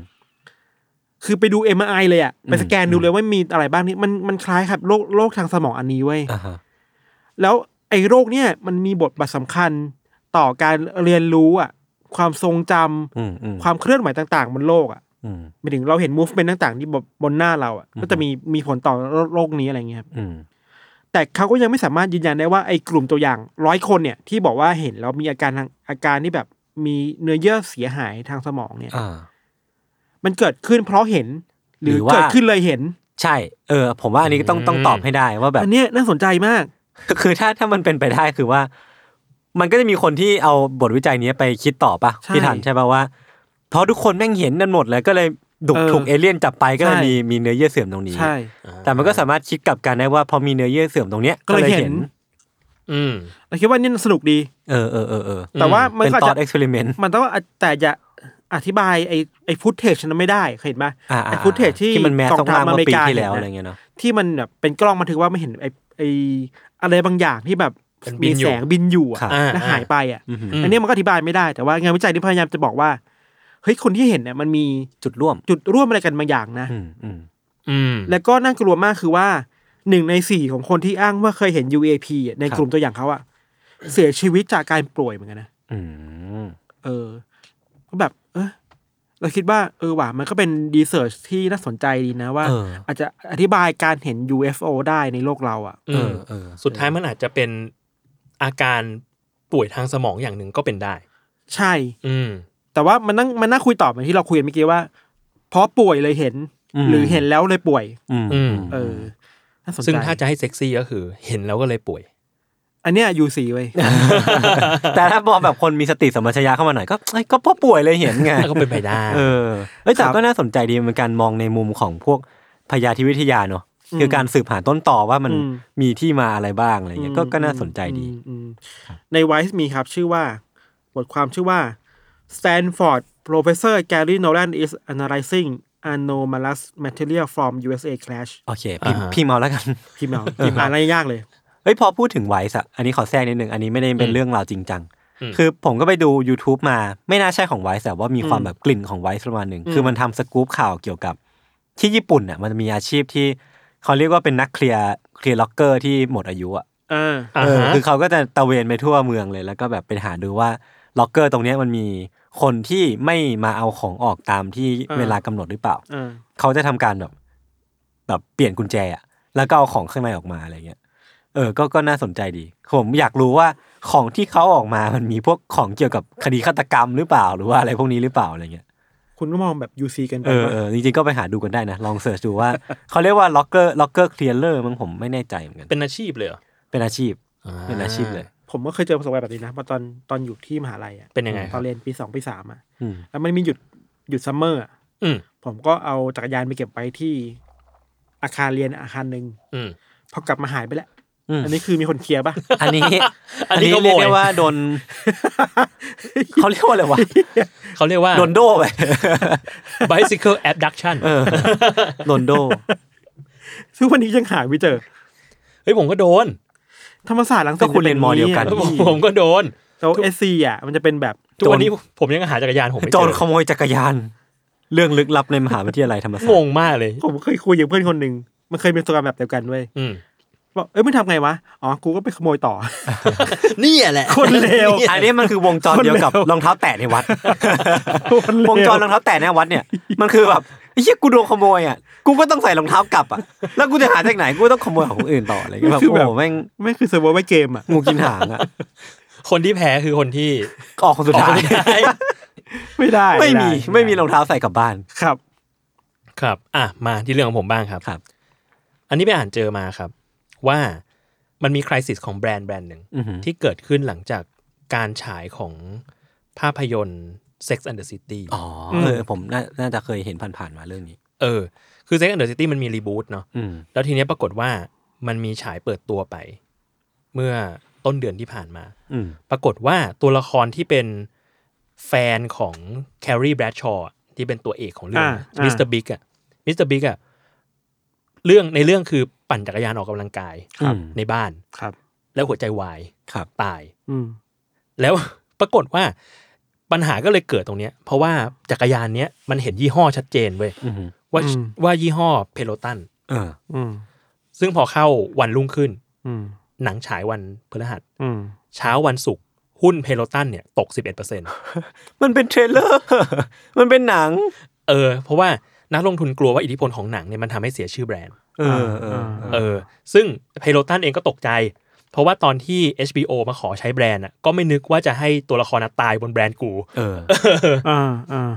[SPEAKER 3] คือไปดูเอ็มไอเลยอ่ะ ไปสแกนดู
[SPEAKER 2] อืม
[SPEAKER 3] เลยว่ามีอะไรบ้างนี่มันมันคล้ายครับโรคโรคทางสมองอันนี้เว้ย
[SPEAKER 2] อ่าฮะ
[SPEAKER 3] แล้วไอ้โรคเนี่ยมันมีบทบาทสำคัญต่อการเรียนรู้อ่ะ ความทรงจำ
[SPEAKER 2] อืมอืม
[SPEAKER 3] ความเคลื่อนไหวต่างๆบนโลกอ่ะ
[SPEAKER 2] อืม
[SPEAKER 3] หมายถึงเราเห็นมูฟเป็นต่างๆที่บนหน้าเราอ่ะ
[SPEAKER 2] อืม
[SPEAKER 3] ก็จะมีมีผลต่อโรโรคนี้อะไรเงี้ยครับ
[SPEAKER 2] อืม
[SPEAKER 3] แต่เขาก็ยังไม่สามารถยืนยันได้ว่าไอ้กลุ่มตัวอย่างร้อยคนเนี่ย ที่บอกว่าเห็นแล้วมีอาการทางอาการที่แบบมีเนื้อเยื่อเสียหายทางสมองเนี่ย
[SPEAKER 2] อ่า
[SPEAKER 3] มันเกิดขึ้นเพราะเห็น หรื
[SPEAKER 2] ห
[SPEAKER 3] อ
[SPEAKER 2] รือว่า
[SPEAKER 3] เกิดขึ้นเลยเห็น
[SPEAKER 2] ใช่ เออ ผมว่าอันนี้ก็ต้อง
[SPEAKER 4] อืม
[SPEAKER 2] ต้องตอบให้ได้ว่าแบบ
[SPEAKER 3] อันเนี้ยน่าสนใจมาก
[SPEAKER 2] คือถ้าถ้ามันเป็นไปได้คือว่า มันก็จะมีคนที่เอาบทวิจัยนี้ไปคิดต่อปะ
[SPEAKER 3] ใช่
[SPEAKER 2] พี่ทันใช่ปะว่าเพราะทุกคนแม่งเห็นนั่นหมดเลยก็เลยดุ
[SPEAKER 3] เออ
[SPEAKER 2] ถูกเอเลี่ยนจับไปก็เลย
[SPEAKER 3] ใช่
[SPEAKER 2] มีมีเนื้อเยื่อเสื่อมตรงนี้
[SPEAKER 3] ใช่
[SPEAKER 2] แต่มันก็สามารถคิดกลับกันได้ว่าพอมีเนื้อเยื่อเสื่อมตรงเนี้ย
[SPEAKER 3] ก็เลยเห็น
[SPEAKER 4] อืม
[SPEAKER 3] เราคิดว่านี่สนุกดี
[SPEAKER 2] เออเออเออเออ
[SPEAKER 3] แต่ว่ามัน
[SPEAKER 2] เป็น
[SPEAKER 3] ก็อาจ
[SPEAKER 2] ตอน
[SPEAKER 3] จะ
[SPEAKER 2] เอ็กซ์เพร์เมนต์
[SPEAKER 3] มันต้องอาจแต่จะอธิบายไอ้ไอ้ฟุตเทจนั้นไม่ได้เคยเห็นไหม
[SPEAKER 2] อ่า
[SPEAKER 3] ไอ้ footage ที่
[SPEAKER 2] มันแมส
[SPEAKER 3] กอง
[SPEAKER 2] ต้อง
[SPEAKER 3] ทัพ
[SPEAKER 2] มาเมื่อปี
[SPEAKER 3] อเมริกา
[SPEAKER 2] ที่แล้วอะ
[SPEAKER 3] เห็นนะ
[SPEAKER 2] ไรเงี้ยเนาะ
[SPEAKER 3] ที่มันแบบเป็นกล้องบันทึกว่าไม่เห็นไอ้ไอ้อะไรบางอย่างที่แบบ
[SPEAKER 4] เป็นบิ
[SPEAKER 3] มี
[SPEAKER 4] นอ
[SPEAKER 3] แส
[SPEAKER 4] ยู่
[SPEAKER 3] งบินอยู่อะ
[SPEAKER 4] อ่า
[SPEAKER 3] แล้วหายไปอ่ะ
[SPEAKER 2] อือหือ
[SPEAKER 4] ม
[SPEAKER 3] อันเนี้ยมันก็อธิบายไม่ได้แต่ว่างานวิจัยที่พยายามจะบอกว่าเฮ้ยคนที่เห็นเนี่ยมันมี
[SPEAKER 2] จุดร่วม
[SPEAKER 3] จุดร่วมอะไรกันบางอย่างนะ
[SPEAKER 2] อืมอืม
[SPEAKER 4] อืม
[SPEAKER 3] แล้วก็น่ากลัวมากคือว่าหนึ่งในสี่ของคนที่อ้างว่าเคยเห็น UAP อะในกลุ่มตัวอย่างเขาอะเสียชีวิตจากการป่วยเหมือนกันนะ
[SPEAKER 2] อืม
[SPEAKER 3] เออก็แบบ เออเราคิดว่าเออว่ะมันก็เป็นดีเ e ิร์ชที่น่าสนใจดีนะว่า
[SPEAKER 2] เออ
[SPEAKER 3] อาจจะอธิบายการเห็น UFO ได้ในโลกเราอะ
[SPEAKER 4] อื
[SPEAKER 2] เอ
[SPEAKER 4] ม
[SPEAKER 2] อเออ
[SPEAKER 4] สุดท้ายมันอาจจะเป็นอาการป่วยทางสมองอย่างหนึ่งก็เป็นได้
[SPEAKER 3] ใช่
[SPEAKER 4] อืม
[SPEAKER 3] แต่ว่ามันนั่งมันน่าคุยต่อเหมือนที่เราคุยกันเมื่อกี้ว่า เพราะป่วยเลยเห็น หรือเห็นแล้วเลยป่วย
[SPEAKER 2] อืม
[SPEAKER 4] อืม
[SPEAKER 3] เออน่าสนใจ
[SPEAKER 4] ซึ่งถ้าจะให้เซ็กซี่ก็คือ เห็นแล้วก็เลยป่วย
[SPEAKER 3] อันเนี้ยยูซีเว้ย
[SPEAKER 2] แต่ถ้ามองแบบคนมีสติสัมปชัญญะเข้ามาหน่อยก็เอ้ยก็เพราะป่วยเลยเห็นไง
[SPEAKER 4] ก็เป็นไปได้
[SPEAKER 2] เออเอ้ยแต่
[SPEAKER 3] ครับ
[SPEAKER 2] ก็น่าสนใจดีเป็นการมองในมุมของพวกพยาธิวิทยาเนอะ
[SPEAKER 3] อืม
[SPEAKER 2] คือการสืบหาต้นต่อว่ามัน
[SPEAKER 3] อืม
[SPEAKER 2] มีที่มาอะไรบ้างอะไรเงี้ยก็ก็น่าสนใจดี
[SPEAKER 3] อืมอืมในไวส์มีครับชื่อว่า บทความชื่อว่า Stanford Professor Gary Nolan is analyzing anomalous material from USA crash
[SPEAKER 2] โอเคพิมพ์
[SPEAKER 4] อ่าฮะ
[SPEAKER 2] พิมพ์เอาแล้วกัน
[SPEAKER 3] พิมพ์เอาพิมพ์อ่านอะไรยากเลย
[SPEAKER 2] เอ้ยพอพูดถึงไวส์อะอันนี้ขอแทรกนิดนึง อันนี้ไม่ได้เป็น
[SPEAKER 4] อืม
[SPEAKER 2] เรื่องราวจริงจัง
[SPEAKER 4] อืม
[SPEAKER 2] คือผมก็ไปดู YouTube มาไม่น่าใช่ของไวส์แต่ว่ามีความ
[SPEAKER 3] อืม
[SPEAKER 2] แบบกลิ่นของไวส์ประมาณหนึ่ง
[SPEAKER 3] อืม
[SPEAKER 2] คือมันทำสกู๊ปข่าวเกี่ยวกับ ที่ญี่ปุ่นอะมันมีอาชีพที่เขาเรียกว่าเป็นนักเคลียร์เคลียร์ล็อกเกอร์ที่หมดอายุอะ
[SPEAKER 3] อ่า
[SPEAKER 4] อ่า
[SPEAKER 2] เออ
[SPEAKER 4] ฮะ
[SPEAKER 2] คือเขาก็จะตระเวนไปทั่วเมืองเลย แล้วก็แบบไปหาดูว่าล็อกเกอร์ตรงเนี้ยมันมีคนที่ไม่มาเอาของออกตามที่
[SPEAKER 3] อ่า
[SPEAKER 2] เวลากำหนดหรือเปล่า
[SPEAKER 3] อ่า
[SPEAKER 2] เขาจะทำการแบบแบบเปลี่ยนกุญแจอะแล้วก็เอาของข้างในออกมาอะไรเงี้ยเออก็ก็น่าสนใจดี ผมอยากรู้ว่าของที่เขาเอาออกมามันมีพวกของเกี่ยวกับคดีฆาตกรรมหรือเปล่า หรือว่าอะไรพวกนี้หรือเปล่าอะไรเงี้ย
[SPEAKER 3] คุณก็มองแบบยูซีกันไป
[SPEAKER 2] เออ
[SPEAKER 3] ว่า
[SPEAKER 2] เออจริงๆก็ไปหาดูกันได้นะ ลองเสิร์ชดูว่า เขาเรียกว่าล็อกเกอร์ล็อกเกอร์เคลียร์เลอร์มั้งผมไม่แน่ใจเหมือนกัน
[SPEAKER 4] เป็นอาชีพเลยเหรอ
[SPEAKER 2] เป็นอาชีพ
[SPEAKER 4] อ่า
[SPEAKER 2] เป็นอาชีพเลย
[SPEAKER 3] ผมก็เคยเจอประสบการณ์แบบนี้นะมาตอนตอนอยู่ที่มหาลัยอ่ะ
[SPEAKER 4] เป็นยังไงครับ
[SPEAKER 3] ตอนเรียนปีสองปีสามอ่ะ
[SPEAKER 2] อืม
[SPEAKER 3] แล้วมันมีหยุดหยุดซัมเมอร์อะ
[SPEAKER 4] อืม
[SPEAKER 3] ผมก็เอาจักรยานไปเก็บไว้ที่อาคารเรียนอาคารหนึ่ง
[SPEAKER 4] อืม
[SPEAKER 3] พอกลับมาหายไปแล้ว
[SPEAKER 2] อืม
[SPEAKER 3] อันนี้คือมีคนเคลียร์ปะ
[SPEAKER 2] อันนี้
[SPEAKER 4] อั
[SPEAKER 2] อั
[SPEAKER 4] น
[SPEAKER 2] น
[SPEAKER 4] นี้
[SPEAKER 2] นี้
[SPEAKER 4] ขโมย
[SPEAKER 2] เรียกได้ว่าโดน เขาเรียกว่าอะไรวะ
[SPEAKER 4] เขาเรียกว่า
[SPEAKER 2] โดนโดไป
[SPEAKER 4] bicycle abduction
[SPEAKER 2] เออโดนโด
[SPEAKER 3] ซึ่งวันนี้ยังหาไม่เจอ
[SPEAKER 4] เฮ้ยผมก็โดน
[SPEAKER 3] ธรรมศาสตร์หลังสิต
[SPEAKER 2] ก็คุณเรียนมเดียวกัน
[SPEAKER 3] จะ
[SPEAKER 4] ผ
[SPEAKER 3] ป็าง
[SPEAKER 4] มผมก็โดน
[SPEAKER 3] แล้วเอสซีอ่ะมันจะเป็นแบบ
[SPEAKER 4] ทุกวันนี้ผมยังหาจักรยานผมไม่
[SPEAKER 2] โจ
[SPEAKER 4] เจ
[SPEAKER 2] ร
[SPEAKER 4] อ
[SPEAKER 2] ขโมยจักรยาน เรื่องลึกลับในมหาวิทยาลัยธรรมศาสต
[SPEAKER 4] ง
[SPEAKER 2] ร์
[SPEAKER 4] งมากเลย
[SPEAKER 3] ผมเคยคุยกับเพื่อนคนหนึ่งมันเคยเป็นสกรรมแบบเดียวกันเว้ย
[SPEAKER 4] อืม
[SPEAKER 3] บอกเอ้ยมึงทำไงวะ อ๋อ กูก็ไปขโมยต่อ
[SPEAKER 4] นี่แหละ
[SPEAKER 3] คนเลว
[SPEAKER 2] อันนี้มันคือวงจรเดียวกับรองเท้าแตะในวัด
[SPEAKER 3] คนเลว
[SPEAKER 2] วงจรรองเท้าแตะในวัด เนี่ย มันคือแบบไอ้เหี้ยกูโดนขโมยอ่ะกูก็ต้องใส่รองเท้ากลับอ่ะแล้วกูจะหาจากไหนกูก็ต้องขโมยของคนอื่นต่ออะไรเงี้ยแบบ
[SPEAKER 3] คือ
[SPEAKER 2] โอ้
[SPEAKER 3] แบบ
[SPEAKER 2] โหแม่ง
[SPEAKER 3] ไม่งคือเซิร์ฟเวอร์ไว้เกมอ่ะ
[SPEAKER 2] งูกินหางอ่ะ
[SPEAKER 4] คนที่แพ้คือคนที่
[SPEAKER 2] ออกคนสุดท้าย
[SPEAKER 3] ไม่ได้
[SPEAKER 2] ไม่มี
[SPEAKER 3] ด้
[SPEAKER 2] ไม่มีรองเท้าใส่กลับบ้าน
[SPEAKER 3] ครับ
[SPEAKER 4] ครับ อ่ะ มาที่เรื่องของผมบ้างครับ
[SPEAKER 2] ครับ
[SPEAKER 4] อันนี้ไปอ่านเจอมาครับ ว่ามันมีคริสิสของแบรนด์แบรนด์หนึ่ง
[SPEAKER 2] อือหือ
[SPEAKER 4] ที่เกิดขึ้นหลังจากการฉายของภาพยนตร์ Sex and the City
[SPEAKER 2] อ๋ออ
[SPEAKER 3] ม
[SPEAKER 2] เออผมน่าน่าจะเคยเห็นผ่านๆมาเรื่องนี้
[SPEAKER 4] เออ คือ Sex and the City มันมีรีบูตเนาะ
[SPEAKER 2] อืม
[SPEAKER 4] แล้วทีเนี้ยปรากฏว่ามันมีฉายเปิดตัวไป เมื่อต้นเดือนที่ผ่านมา
[SPEAKER 2] อืม
[SPEAKER 4] ปรากฏว่าตัวละครที่เป็นแฟนของแครีแบรดชอที่เป็นตัวเอกของเรื่อง
[SPEAKER 3] อ่าอ่า
[SPEAKER 4] มิสเตอร์บิ๊กอะมิสเตอร์บิ๊กอะ เรื่องในเรื่องคือปั่นจักรยานออกกำลังกาย
[SPEAKER 2] ครับ
[SPEAKER 4] ในบ้าน
[SPEAKER 3] ครับ
[SPEAKER 4] แล้วหัวใจวาย
[SPEAKER 2] ครับ
[SPEAKER 4] ตาย
[SPEAKER 3] อืม
[SPEAKER 4] แล้ว ปรากฏว่าปัญหาก็เลยเกิดตรงเนี้ย เพราะว่าจักรยานเนี้ยมันเห็นยี่ห้อชัดเจนเว้ย
[SPEAKER 2] อือหือ
[SPEAKER 4] ว่า
[SPEAKER 3] อืม
[SPEAKER 4] ว่ายี่ห้อเพโลตัน
[SPEAKER 2] เออ
[SPEAKER 3] อืม
[SPEAKER 4] ซึ่งพอเข้าวันรุ่งขึ้น
[SPEAKER 3] อืม
[SPEAKER 4] หนังฉายวันพฤหัส
[SPEAKER 3] อืม
[SPEAKER 4] เช้าวันศุกร์หุ้นเพโลตันเนี่ยตก 11%เ
[SPEAKER 2] มันเป็นเทรลเลอร์ มันเป็นหนัง
[SPEAKER 4] ออ เพราะว่านักลงทุนกลัวว่าอิทธิพลของหนังเนี่ยมันทำให้เสียชื่อแบรนด์
[SPEAKER 2] เออเออ
[SPEAKER 4] เออ ซึ่งเพโลตันเองก็ตกใจ เพราะว่าตอนที่ HBO มาขอใช้แบรนด์อ่ะก็ไม่นึกว่าจะให้ตัวละครน่ะตายบนแบรนด์กู
[SPEAKER 2] เออ
[SPEAKER 3] อ่าอ่า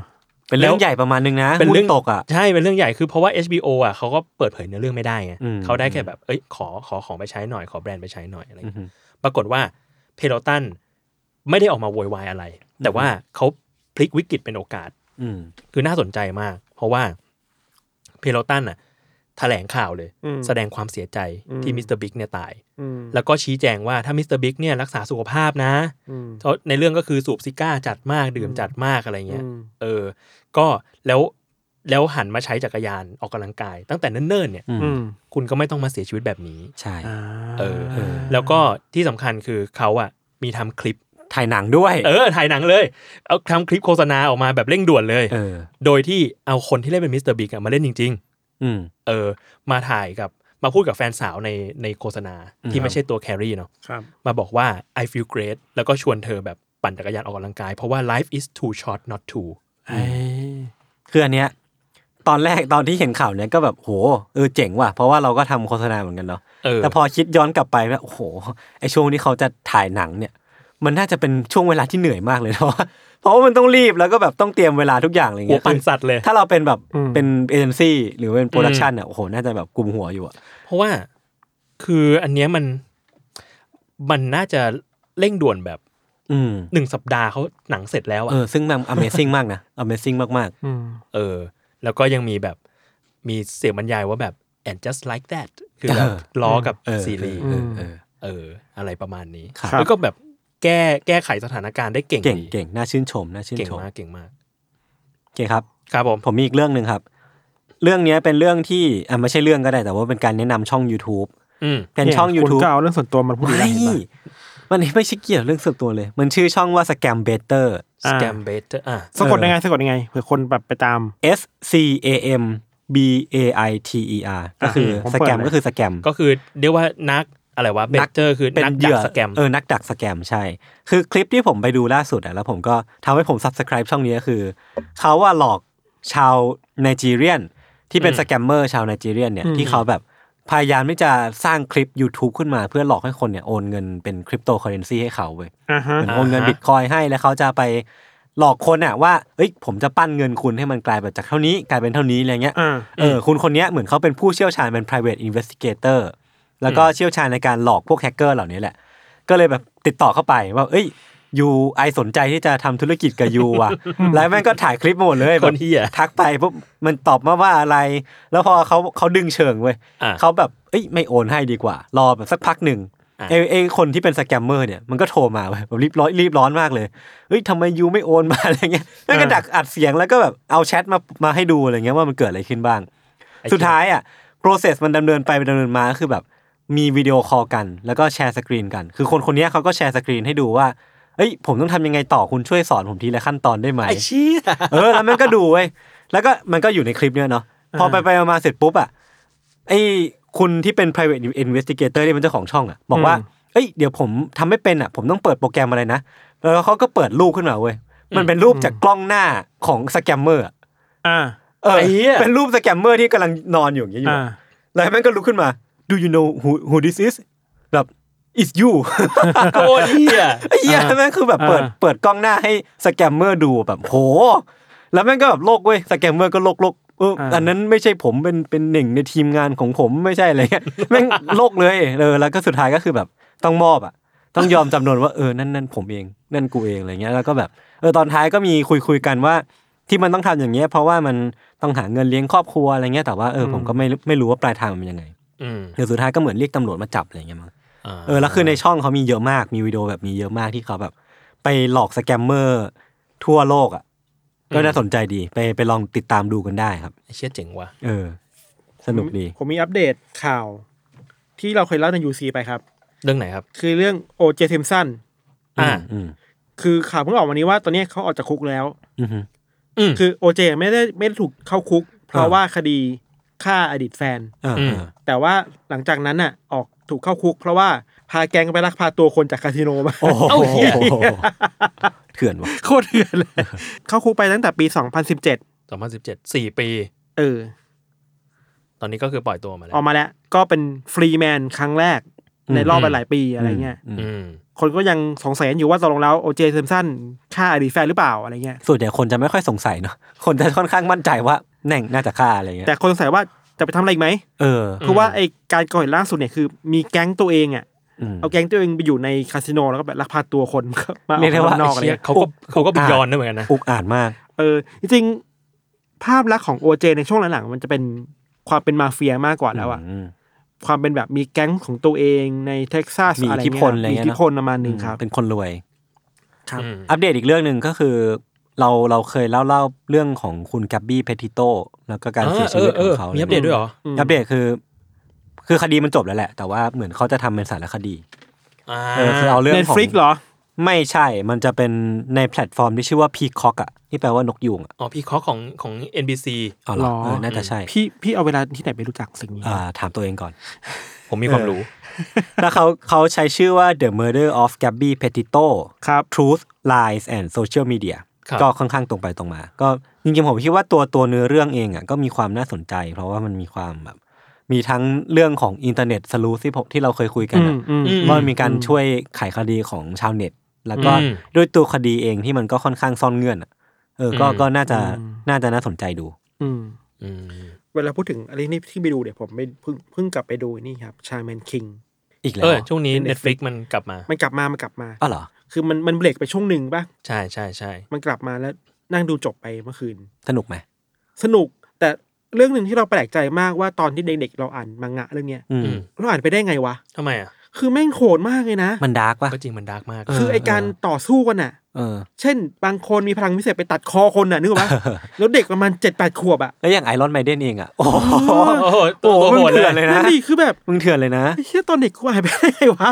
[SPEAKER 2] เป็นเรื่องใหญ่ประมาณนึงนะ
[SPEAKER 4] เป็นเรื่อง
[SPEAKER 2] หุ้ตกอ่ะ
[SPEAKER 4] ใช่ เป็นเรื่องใหญ่คือเพราะว่า HBO อ่ะเขาก็เปิดเผยเนื้อเรื่องไม่ได้ไง
[SPEAKER 2] อืม
[SPEAKER 4] เขาได้แค่แบบเอ้ยขอขอของไปใช้หน่อยขอแบรนด์ไปใช้หน่อยอะไรอย่า
[SPEAKER 2] อือ
[SPEAKER 4] งเงี้ย
[SPEAKER 2] หือ
[SPEAKER 4] ปรากฏว่าเพโลตันไม่ได้ออกมาโวยวายอะไร แต่ว่าเขาพลิกวิกฤตเป็นโอกาส
[SPEAKER 2] อืม
[SPEAKER 4] คือน่าสนใจมาก เพราะว่าเพโลตันอ่ะแถลงข่าวเลย
[SPEAKER 3] อืม
[SPEAKER 4] แสดงความเสียใจที่
[SPEAKER 3] อืม
[SPEAKER 4] มิสเตอร์บิ๊กเนี่ยตาย
[SPEAKER 3] อืม
[SPEAKER 4] แล้วก็ชี้แจงว่าถ้ามิสเตอร์บิ๊กเนี่ยรักษาสุขภาพนะ
[SPEAKER 3] อืม
[SPEAKER 4] เพราะในเรื่องก็คือสูบซิก้าจัดมากดื่ม
[SPEAKER 3] อืม
[SPEAKER 4] จัดมากอะไรเงี้ย
[SPEAKER 3] อืม
[SPEAKER 4] เออ ก็แล้วแล้วหันมาใช้จักรยานออกกำลังกาย ตั้งแต่เนิ่นๆเนี่ย
[SPEAKER 2] อืม
[SPEAKER 3] อืม
[SPEAKER 4] คุณก็ไม่ต้องมาเสียชีวิตแบบนี้
[SPEAKER 2] ใช่
[SPEAKER 3] อ่า
[SPEAKER 4] เออ แล้วก็ที่สำคัญคือเขาอะมีทำคลิป
[SPEAKER 2] ถ่ายหนังด้วย
[SPEAKER 4] เออ ถ่ายหนังเลย เอาทำคลิปโฆษณาออกมาแบบเร่งด่วนเลย
[SPEAKER 2] เออ
[SPEAKER 4] โดยที่เอาคนที่เล่นเป็นมิสเตอร์บิ๊กอะมาเล่นจริง
[SPEAKER 2] อืม
[SPEAKER 4] ๆ เออ มาถ่ายกับมาพูดกับแฟนสาวในในโฆษณา
[SPEAKER 2] ครั
[SPEAKER 4] ที่
[SPEAKER 2] บ
[SPEAKER 4] ไม่ใช่ตัวแครี่เนาะ
[SPEAKER 3] ครับ
[SPEAKER 4] มาบอกว่า I feel great แล้วก็ชวนเธอแบบปั่นจักรยานออกกำลังกาย เพราะว่า life is too short not to
[SPEAKER 2] คืออันเนี้ย ตอนแรกตอนที่เห็นข่าวเนี้ยก็แบบโหเออเจ๋งว่ะ เพราะว่าเราก็ทำโฆษณาเหมือนกันเนาะ
[SPEAKER 4] เออ
[SPEAKER 2] แต่พอคิดย้อนกลับไปว่าโอ้โหไอช่วงที่เขาจะถ่ายหนังเนี่ย มันน่าจะเป็นช่วงเวลาที่เหนื่อยมากเลยเนาะ เพราะว่ามันต้องรีบแล้วก็แบบต้องเตรียมเวลาทุกอย่างอะไร
[SPEAKER 4] หัว
[SPEAKER 2] เงี้ย
[SPEAKER 4] ปั่น
[SPEAKER 2] คือ
[SPEAKER 4] สัตว์เลย
[SPEAKER 2] ถ้าเราเป็นแบบ
[SPEAKER 3] อืม
[SPEAKER 2] เป็นเอเจนซี่หรือเป็นโปรดักชันอ่ะโอ้โหน่าจะแบบกลุมหัวอยู่อะ
[SPEAKER 4] เพราะว่าคืออันเนี้ยมันมันน่าจะเร่งด่วนแบบ
[SPEAKER 2] อืม
[SPEAKER 4] หนึ่งสัปดาห์เขาหนังเสร็จแล้วอะ
[SPEAKER 2] เออซึ่งมัน Amazing มากนะ Amazing มาก
[SPEAKER 3] อืม
[SPEAKER 4] เออ แล้วก็ยังมีแบบมีเสียงบรรยายว่าแบบ and just like that คือแบบล้อกับ
[SPEAKER 2] ๆเออ
[SPEAKER 4] ซีรีส์
[SPEAKER 2] เออเออ
[SPEAKER 4] เออ อะไรประมาณนี้
[SPEAKER 2] ครับ
[SPEAKER 4] แล้วก็แบบแก้แก้ไขสถานการณ์ได้เก่ง
[SPEAKER 2] เก่ง
[SPEAKER 4] ดี
[SPEAKER 2] เก่งน่าชื่นชมน่าชื่น
[SPEAKER 4] เก่ง
[SPEAKER 2] ชม
[SPEAKER 4] มากเก่งมาก
[SPEAKER 2] โอเคครับ
[SPEAKER 4] ครับผม
[SPEAKER 2] ผมมีอีกเรื่องหนึ่งครับ เรื่องเนี้ยเป็นเรื่องที่อ่ะไม่ใช่เรื่องก็ได้แต่ว่าเป็นการแนะนำช่อง YouTube
[SPEAKER 4] อืม
[SPEAKER 2] เป็นช่อง
[SPEAKER 3] ยคุณ
[SPEAKER 2] YouTube
[SPEAKER 3] ก็เอาเรื่องส่วนตัวมันพูดอยู่
[SPEAKER 2] ไม่
[SPEAKER 3] แล้วเห็นปะ
[SPEAKER 2] มันไม่ใช่เกี่ยวเรื่องส่วนตัวเลย มันชื่อช่องว่า Scam Better
[SPEAKER 4] ส
[SPEAKER 3] อ่า
[SPEAKER 4] แกมเบเตอร์อ่ะ
[SPEAKER 3] สะกดยังไงสะกดยังไงเผื่อคนแบบไปตาม
[SPEAKER 2] S C A M B A I T E R ก็คืออ
[SPEAKER 3] ผม
[SPEAKER 2] ส
[SPEAKER 3] เปิด
[SPEAKER 2] แกม
[SPEAKER 3] เลย
[SPEAKER 2] ก็คือสแกม
[SPEAKER 4] ก็คือเรียกว่านักอะไรวะเบ
[SPEAKER 2] นัก
[SPEAKER 4] เตอร์คือ
[SPEAKER 2] เป็น
[SPEAKER 4] นัก
[SPEAKER 2] เห
[SPEAKER 4] ดั
[SPEAKER 2] ยื่
[SPEAKER 4] ก
[SPEAKER 2] อ
[SPEAKER 4] สแกม
[SPEAKER 2] เออนักดักสแกมใช่ คือคลิปที่ผมไปดูล่าสุดอะแล้วผมก็ทำให้ผม subscribe ช่องนี้ก็คือ เขาว่าหลอกชาวไนจีเรียน ที่เป็นสแกมเมอร์ชาวไนจีเรียนเนี่ย ที่เขาแบบพยายามที่จะสร้างคลิป YouTube ขึ้นมาเพื่อหลอกให้คนเนี่ยโอนเงินเป็นคริปโตเคอเรนซีให้เขาเว้ย
[SPEAKER 3] อ่าฮะ
[SPEAKER 2] เหมือนโอนเงินบิตคอยน์ให้แล้วเขาจะไปหลอกคนอะว่าเอ้ยผมจะปั้นเงินคุณให้มันกลายแบบจากเท่านี้กลายเป็นเท่านี้อะไรเงี้ย
[SPEAKER 3] อ่า
[SPEAKER 2] เออคุณคนเนี้ยเหมือนเขาเป็นผู้เชี่ยวชาญเป็น private investigator แล้วก็เชี่ยวชาญในการหลอกพวกแฮกเกอร์เหล่านี้แหละ ก็เลยแบบติดต่อเข้าไปว่า เอ้ยยูไอสนใจที่จะทำธุรกิจกับยูว่ะ แล้วแม่งก็ถ่ายคลิปมาหมดเลย
[SPEAKER 4] ค
[SPEAKER 2] แบ
[SPEAKER 4] น
[SPEAKER 2] บ
[SPEAKER 4] เฮีย
[SPEAKER 2] ทักไปปุ๊บมันตอบมาว่าอะไร แล้วพอเขาเขาดึงเชิงเว้ย
[SPEAKER 4] อ่ะ
[SPEAKER 2] เขาแบบ เอ้ย ไม่โอนให้ดีกว่า รอแบบสักพักหนึ่ง
[SPEAKER 4] อ่ะ
[SPEAKER 2] เอเอยคนที่เป็นสแกมเมอร์เนี่ย มันก็โทรมา เว้ยแบบรีบร้อนรีบร้อนมากเลย เฮ้ยทำไมยูไม่โอนมา อะไรเงี้ย มันก็ดักอัดเสียงแล้วก็แบบเอาแชทมา มาให้ดูอะไรเงี้ยว่ามันเกิดอะไรขึ้นบ้าง สุดท้ายอ่ะ process มันดำเนินไปดำเนินมาก็คือแบบ มีวิดีโอคอลกัน แล้วก็แชร์สกรีนกัน คือคนคนเนี้ยเขาก็แชร์สกรีนให้ดูว่า เอ้ย ผมต้องทำยังไงต่อ คุณช่วยสอนผมทีละขั้นตอนได้ไหม
[SPEAKER 4] ไอ้เชี้
[SPEAKER 2] เออแล้วมันก็ดูเว้ยแล้วก็มันก็อยู่ในคลิปเนี่ยเนาะพอไปไปมาเสร็จปุ๊บอ่ะไอ้คุณที่เป็น private investigator ที่เป็นเจ้าของช่องอ่ะ บอกว่า
[SPEAKER 3] อืม
[SPEAKER 2] เอ้ยเดี๋ยวผมทำไม่เป็นอ่ะ ผมต้องเปิดโปรแกรมอะไรนะ แล้วเขาก็เปิดรูปขึ้นมาเว้ยมันเป็นรูปจากกล้องหน้าของสแกมเมอร์อะ
[SPEAKER 3] อ่า
[SPEAKER 2] เออเป็นรูปสแกมเมอร์ที่กำลังนอนอยู่อย่างเงี้ยอยู่
[SPEAKER 3] อ่า
[SPEAKER 2] แล้วมันก็ลุกขึ้นมา do you know who who this is แบบ is you
[SPEAKER 4] โคตรเฮีย
[SPEAKER 2] ไอ้เหี้ยแม่งคือแบบเปิดเปิดกล้องหน้าให้สแกมเมอร์ดูแบบโห แล้วแม่งก็แบบโลกเว้ยสแกมเมอร์ก็โลกโลกเอออา อันนั้นไม่ใช่ผมเป็นเป็นหนึ่งในทีมงานของผมไม่ใช่อะไรเงี้ย แม่งโลกเลยเออแล้วก็สุดท้ายก็คือแบบต้องมอบอ่ะ ต้องยอมจำนวนว่าเออนั่นนั่นผมเองนั่นกูเองอะไรเงี้ยแล้วก็แบบเออตอนท้ายก็มีคุยคุยกันว่า ที่มันต้องทำอย่างเงี้ยเพราะว่ามันต้องหาเงินเลี้ยงครอบครัวอะไรเงี้ยแต่ว่าเออผมก็ไม่ไม่รู้ว่าปลายทางมันเป็นยังไง
[SPEAKER 4] อืม
[SPEAKER 2] เดี๋ยวสุดท้ายก็เหมือนเรียกตำรวจมาจับอะไรเงี้ยมั้ง
[SPEAKER 4] า
[SPEAKER 2] เออแล้วคือในช่องเขามีเยอะมากมีวิดีโอแบบนี้เยอะมากที่เขาแบบ ไปหลอกสแกมเมอร์ทั่วโลกอ่ะก็น่าสนใจดีไปไปลองติดตามดูกันได้ครับ
[SPEAKER 4] ไอ้เชี่ยเจ๋งว่ะ
[SPEAKER 2] เออ สนุกดี
[SPEAKER 3] ผมมีอัปเดตข่าว ที่เราเคยเล่าใน UC ไปครับ
[SPEAKER 4] เรื่องไหนครับ
[SPEAKER 3] คือเรื่องโอเจ i ิมสัน
[SPEAKER 4] อ่า
[SPEAKER 2] อืม
[SPEAKER 3] คือข่าวเพิ่งออกวันนี้ว่าตอนนี้เขาออกจากคุกแล้ว
[SPEAKER 2] อืมอืม
[SPEAKER 4] อืม
[SPEAKER 3] คือโอเจไม่ได้ไม่ได้ถูกเข้าคุก เพราะ
[SPEAKER 2] อ่า
[SPEAKER 3] ว่าคดีฆ่าอดีตแฟน
[SPEAKER 2] อ่า
[SPEAKER 4] อืม
[SPEAKER 2] อ่า
[SPEAKER 3] แต่ว่าหลังจากนั้นน่ะ ออกถูกเข้าคุก เพราะว่าพาแก๊งไปลักพาตัวคนจากคาสิโนมา
[SPEAKER 2] โอ้โห
[SPEAKER 4] เอ้าเหี้ย
[SPEAKER 2] เถื่อนว่ะ
[SPEAKER 3] โคตรเถื่อนเลย เข้าคุกไปตั้งแต่ปี 2017
[SPEAKER 4] สองพันสิบเจ็ดสี่ปี
[SPEAKER 3] เออ
[SPEAKER 4] ตอนนี้ก็คือปล่อยตัวมาแล้ว
[SPEAKER 3] ออกมาแล้ว ก็เป็นฟรีแมนครั้งแรก ในรอบหลายๆปีอะไรเงี้ย
[SPEAKER 2] อืม
[SPEAKER 4] อืม
[SPEAKER 3] คนก็ยังสงสัยกันอยู่ว่าตกลงแล้วโอเจเซมสันฆ่าอดีตแฟนหรือเปล่าอะไรเงี้ย
[SPEAKER 2] ส่วนใหญ่คนจะไม่ค่อยสงสัยเนาะ คนจะค่อนข้างมั่นใจว่าแน่งน่าจะฆ่าอะไรเงี้ย
[SPEAKER 3] แต่คนสงสัยว่าจะไปทำอะไรอีกไหม
[SPEAKER 2] เออ
[SPEAKER 4] ม
[SPEAKER 3] เพราะว่าไอการก่อเหตุล่าสุดเนี่ยคือมีแก๊งตัวเองอ่ะ
[SPEAKER 2] อืม
[SPEAKER 3] เอาแก๊งตัวเองไปอยู่ในคาสิโนแล้วก็แบบลักพาตัวคน มา
[SPEAKER 2] เรียกได้ว่า
[SPEAKER 3] ออกมข้งนอกอะไร
[SPEAKER 4] เชี่ย
[SPEAKER 3] เงี้ย
[SPEAKER 4] เขาก็เขาก็
[SPEAKER 2] อุ
[SPEAKER 4] บุ
[SPEAKER 2] ก
[SPEAKER 4] ก
[SPEAKER 2] อาจ
[SPEAKER 4] ยอนด้วยเหมือนกันนะ
[SPEAKER 2] อุกอาจมาก
[SPEAKER 3] เออจริงๆภาพลักษณ์ของโอเจในช่วงหลังๆมันจะเป็นความเป็นมาเฟียมากกว่าแล้วอ่ะ
[SPEAKER 2] ม
[SPEAKER 3] ความเป็นแบบมีแก๊งของตัวเองในเท็กซัส
[SPEAKER 2] มี
[SPEAKER 3] อะ
[SPEAKER 2] อิ
[SPEAKER 3] ไร
[SPEAKER 2] ทธิ
[SPEAKER 3] เงี้ย
[SPEAKER 2] พลอะไร
[SPEAKER 3] มี
[SPEAKER 2] เงี้ย
[SPEAKER 3] อิทธิพลประมาณหนึ่งครับ
[SPEAKER 2] เป็นคนรวย
[SPEAKER 3] ครับ
[SPEAKER 4] อืม
[SPEAKER 2] อัปเดตอีกเรื่องหนึ่งก็คือ เราเราเคยเล่าเล่าเรื่องของคุณแกบบี้เพทิโตแล้วก็การเสียชีวิตของเขา
[SPEAKER 4] มีอัปเดตด้วยเหรอ
[SPEAKER 3] อืม
[SPEAKER 2] อัปเดตคือ คือคดีมันจบแล้วแหละ แต่ว่าเหมือนเขาจะทำเป็นสารคดี
[SPEAKER 4] อ่า
[SPEAKER 2] เออคือเอาเรื่อง
[SPEAKER 3] เน็ต
[SPEAKER 2] ของ
[SPEAKER 3] ฟลิกเหรอ
[SPEAKER 2] ไม่ใช่ มันจะเป็นในแพลตฟอร์มที่ชื่อว่าพีคอกอ่ะที่แปลว่านกยูงอะ
[SPEAKER 4] อ๋อพี่คอของของ NBC
[SPEAKER 2] อ๋อเหรอ
[SPEAKER 3] หรอ
[SPEAKER 2] เออน่าจะใช่
[SPEAKER 3] พี่พี่เอาเวลาที่ไหนไปรู้จักสิ่งนี้
[SPEAKER 2] อ่าถามตัวเองก่อน
[SPEAKER 4] ผมมีความรู้
[SPEAKER 2] แล้วเขาเขาใช้ชื่อว่า The Murder of Gabby Petito
[SPEAKER 3] ครับ
[SPEAKER 2] Truth Lies and Social Media
[SPEAKER 4] ครับ
[SPEAKER 2] ก็ค่อนข้างตรงไปตรงมา ก็จริงๆผมคิดว่าตัวตัวเนื้อเรื่องเองอ่ะก็มีความน่าสนใจ เพราะว่ามันมีความแบบ มีทั้งเรื่องของอินเทอร์เน็ตสลูที่ผมที่เราเคยคุยกัน
[SPEAKER 3] อื
[SPEAKER 2] อะ
[SPEAKER 3] มอืม
[SPEAKER 4] อืม
[SPEAKER 2] ว่ามันมีการช่วยไขคดีของชาวเน็ต แล้วก็
[SPEAKER 4] อืม
[SPEAKER 2] ด้วยตัวคดีเองที่มันก็ค่อนข้างซ่อนเงื่อนอะเออก็
[SPEAKER 4] อืม
[SPEAKER 2] ก็น่าจะ
[SPEAKER 3] อืม
[SPEAKER 2] น่าจะน่าสนใจดู
[SPEAKER 3] อืม
[SPEAKER 4] อืม
[SPEAKER 3] เวลาพูดถึงอะไรนี่ที่ไปดูเดี๋ยวผมไม่เพิ่งเพิ่งกลับไปดูนี่ครับชาแมนคิง
[SPEAKER 2] อีกแล้
[SPEAKER 4] เอ
[SPEAKER 2] ว
[SPEAKER 4] อ ช่วงนี้
[SPEAKER 3] เป็น
[SPEAKER 4] Netflix มันกลับมา
[SPEAKER 3] มันกลับมามันกลับมา
[SPEAKER 2] อ๋อเหรอ
[SPEAKER 3] คือมันมันเบรกไปช่วงหนึ่งป่ะ
[SPEAKER 4] ใช่ใช่ใช่
[SPEAKER 3] มันกลับมาแล้วนั่งดูจบไปเมื่อคืน
[SPEAKER 2] สนุกไหม
[SPEAKER 3] สนุกแต่เรื่องหนึ่งที่เราแปลกใจมากว่าตอนที่เด็กๆเราอ่านมังงะเรื่องเนี้ย
[SPEAKER 2] อืม
[SPEAKER 4] อืม
[SPEAKER 3] เราอ่านไปได้ไงวะ
[SPEAKER 4] ทำไมอ่ะ
[SPEAKER 3] คือแม่งโหดมากเลยนะ
[SPEAKER 2] มันดาร์กปะ
[SPEAKER 4] ก็จริงมันดาร์กมาก
[SPEAKER 2] เอ
[SPEAKER 3] คือไอการต่อสู้กันน่ะ
[SPEAKER 2] เออ
[SPEAKER 3] เช่น บางคนมีพลังพิเศษไปตัดคอคนน่ะนึกออกปะ แล้วเด็กประมาณเจ็ดแปดขวบอ่ะ
[SPEAKER 2] แล้วอย่างไอรอนไมเดนเองอ่ะโอ้โห
[SPEAKER 4] โอ้โห
[SPEAKER 2] โอ้
[SPEAKER 4] ตัว
[SPEAKER 2] โห
[SPEAKER 4] ตัวโหด
[SPEAKER 2] มันเถื่
[SPEAKER 4] เล
[SPEAKER 2] อนเลย ย นะ
[SPEAKER 3] นี่คือแบบ
[SPEAKER 2] มึงเถื่อนเลยนะ
[SPEAKER 3] ไอ้เชี่ยตอนเด็กกูอ่านไปได้ไงวะ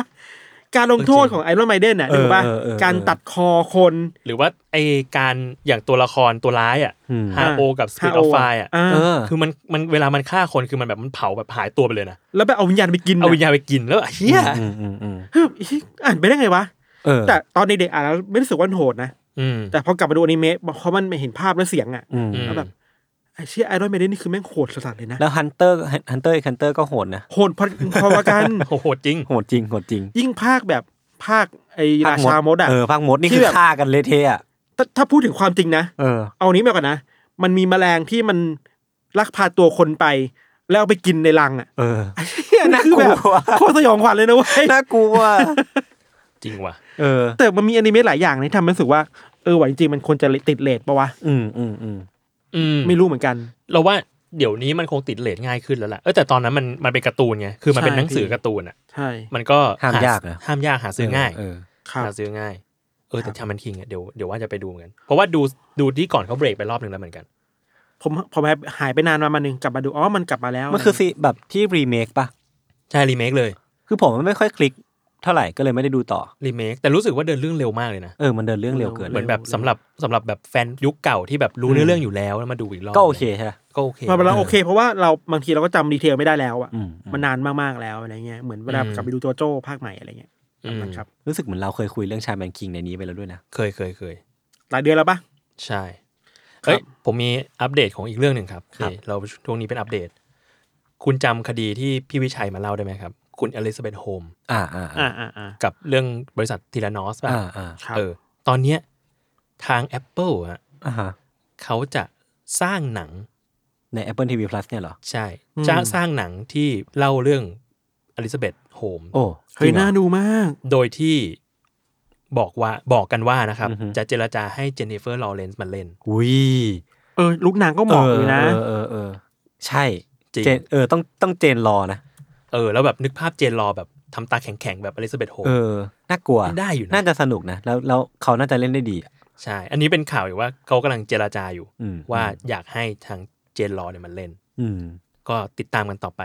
[SPEAKER 3] การลงโทษของไอรอนไมเดนน่ะนึกออกปะ
[SPEAKER 2] เออเออเออ
[SPEAKER 3] การตัดคอคน
[SPEAKER 4] หรือว่าไอการอย่างตัวละครตัวร้ายอ่ะ
[SPEAKER 2] อืม
[SPEAKER 4] ฮาโอกับสปิตออฟไฟอ่ะ
[SPEAKER 3] า
[SPEAKER 2] เออ
[SPEAKER 4] คือมันมันเวลามันฆ่าคนคือมันแบบมันเผาแบบหายตัวไปเลยนะ
[SPEAKER 3] แล้วไปเอาวิญญาณไปกินน่ะ
[SPEAKER 4] เอาวิญญาณไปกินแล้วเฮีย
[SPEAKER 2] อืมอืมอืม
[SPEAKER 3] เฮ้ยไอ้เหี้ยอ่านไปได้ไงวะ
[SPEAKER 2] เออ
[SPEAKER 3] แต่ตอนเด็กๆอ่านแล้วไม่รู้สึกว่ามันโหดนะ
[SPEAKER 4] อืม
[SPEAKER 3] แต่พอกลับมาดูอนิเมะเพราะมันไม่เห็นภาพและเสียงอ่ะ
[SPEAKER 2] อืม
[SPEAKER 4] อืม
[SPEAKER 3] แล้วแบบไอ้เชี่ยไอรอนไมเดนนี่คือแม่งโหดสัสๆเลยนะ
[SPEAKER 2] แล้วฮันเตอร์ฮันเตอร์ฮันเตอร์ก็โหดนะ
[SPEAKER 3] โหดพอพอๆกัน
[SPEAKER 4] โหดจริง
[SPEAKER 2] โหดจริงโหดจริง
[SPEAKER 3] ยิ่งภาคแบบภาคไอราชามดอ่ะ
[SPEAKER 2] เออภาคมดนี่คื
[SPEAKER 3] ที่
[SPEAKER 2] อ
[SPEAKER 3] แบบ
[SPEAKER 2] ฆ่ากันเละเทะอะ
[SPEAKER 3] ถ้าถ้าพูดถึงความจริงนะ
[SPEAKER 2] เออ
[SPEAKER 3] เอานี้มาก่อนนะ มันมีแมลงที่มันลักพาตัวคนไป แล้วเอาไปกินในรังอ่ะ
[SPEAKER 2] เออ
[SPEAKER 3] เหี้ยนะคือแบบ
[SPEAKER 2] น่ากลัว
[SPEAKER 3] โคตรสยองขวัญเลยนะเว้ย
[SPEAKER 2] น่ากลัว
[SPEAKER 4] จริงว่ะ
[SPEAKER 2] เออ
[SPEAKER 3] แต่มันมีอนิเมะหลายอย่างนะที่ทำให้รู้สึกว่าเออว่าจริงๆมันควรจะติดเลทปะวะ
[SPEAKER 2] อืมอืมอืม
[SPEAKER 4] อืม
[SPEAKER 3] ไม่รู้เหมือนกัน
[SPEAKER 4] เราว่าเดี๋ยวนี้มันคงติดเลทง่ายขึ้นแล้วแหละเออแต่ตอนนั้นมันมันเป็นการ์ตูนไงคือมันเป็น
[SPEAKER 3] ใช่
[SPEAKER 4] หนังสือการ์ตูนอ่ะ
[SPEAKER 3] ใช่
[SPEAKER 4] มันก็
[SPEAKER 2] ห้ามยากนะ
[SPEAKER 4] ห้ามยากหาซื้อง่าย
[SPEAKER 2] เออ
[SPEAKER 3] ครับ
[SPEAKER 4] หาซื้อง่ายเออ
[SPEAKER 3] ค
[SPEAKER 4] แต่
[SPEAKER 3] รับ
[SPEAKER 4] ชามันคิงอ่ะเดี๋ยวเดี๋ยวว่าจะไปดูเหมือนกัน เพราะว่าดูดูที่ก่อนเขาเบรกไปรอบหนึ่งแล้วเหมือนกัน
[SPEAKER 3] ผมผมหายไปนานมามาหนึ่งกลับมาดูอ๋อมันกลับมาแล้ว
[SPEAKER 2] มันคือสิแบบที่รีเมคปะ
[SPEAKER 4] ใช่รีเมคเลย
[SPEAKER 2] คือผมมันไม่ค่อยคลิกเท่าไหร่ก็เลยไม่ได้ดูต่อ
[SPEAKER 4] รีเมคแต่รู้สึกว่าเดินเรื่องเร็วมากเลยนะ
[SPEAKER 2] เออมันเดินเรื่องเร็วเกิน
[SPEAKER 4] เหมือนแบบสำหรับสำหรับแบบแฟนยุคเก่าที่แบบรู้เนื้อเรื่องอยู่แล้วแล้วมาดูอีกรอบ
[SPEAKER 2] ก็โอเคใช่ปะ
[SPEAKER 4] ก็โอเค
[SPEAKER 3] มาแล้วโอเค เพราะว่าเราบางทีเราก็จำดีเทลไม่ได้แล้วอ่ะ
[SPEAKER 2] อืม
[SPEAKER 3] มันนานมากๆแล้วอะไรเงี้ยเหมือนเวลา
[SPEAKER 4] อืม
[SPEAKER 3] กลับไปดูโจโจ้ภาคใหม่อะไรเงี้ย
[SPEAKER 4] อืม
[SPEAKER 3] นะครับ
[SPEAKER 2] รู้สึกเหมือนเราเคยคุยเรื่องชาแมนคิงในนี้ไปแล้วด้วยนะ
[SPEAKER 4] เคยเคยเคย
[SPEAKER 3] หลายเดือนแล้วปะ
[SPEAKER 4] ใช่ เอ้ย
[SPEAKER 3] ครับ
[SPEAKER 4] ผมมีอัปเดตของอีกเรื่องหนึ่งครับนี่เราช่วงนี้เป็นอัปเดต คุณจำคดีที่พี่วิชัยมาเล่าได้ไหมครับ คุณอลิซาเบธโฮม
[SPEAKER 2] อ่าอ่า
[SPEAKER 3] อ่าอ่าอ่า
[SPEAKER 4] กับเรื่องบริษัททีลานอสป่ะ
[SPEAKER 2] อ่าอ่า
[SPEAKER 3] ครับ
[SPEAKER 4] เออ ตอนเนี้ยทาง Apple อ่ะ
[SPEAKER 2] อ่าฮะ
[SPEAKER 4] เขาจะสร้างหนัง
[SPEAKER 2] ใน Apple TV Plus เนี่ยเหรอ
[SPEAKER 4] ใช่
[SPEAKER 3] อืม
[SPEAKER 4] จะสร้างหนังที่เล่าเรื่องอลิซาเบธโฮม
[SPEAKER 2] โอ้
[SPEAKER 3] เฮ้ย
[SPEAKER 2] จริงหรอ
[SPEAKER 3] น่าดูมาก
[SPEAKER 4] โดยที่บอกว่าบอกกันว่านะครับ
[SPEAKER 2] อือฮึ
[SPEAKER 4] จะเจรจาให้เจนนิเฟอร์ลอเรนซ์มาเล่น
[SPEAKER 2] อุ้ย
[SPEAKER 3] เออลุกนางก็เหมาะอยู่นะ
[SPEAKER 2] เออเออเออใช่
[SPEAKER 4] จริง
[SPEAKER 2] เจนเออต้องต้องเจนรอนะ
[SPEAKER 4] เออ แล้วแบบนึกภาพเจนลอแบบทำตาแข็งๆแบบอลิซาเบธโฮม
[SPEAKER 2] เออน่ากลัว
[SPEAKER 4] ได้อยู่นะ
[SPEAKER 2] น่าจะสนุกนะ แล้วแล้วเขาน่าจะเล่นได้ดีอ่ะ
[SPEAKER 4] ใช่ อันนี้เป็นข่าวอยู่ว่าเขากำลังเจราจาอยู่
[SPEAKER 2] อืม
[SPEAKER 4] ว่าอยากให้ทางเจนรอเนี่ยมันเล่น
[SPEAKER 2] อืม
[SPEAKER 4] ก็ติดตามกันต่อไป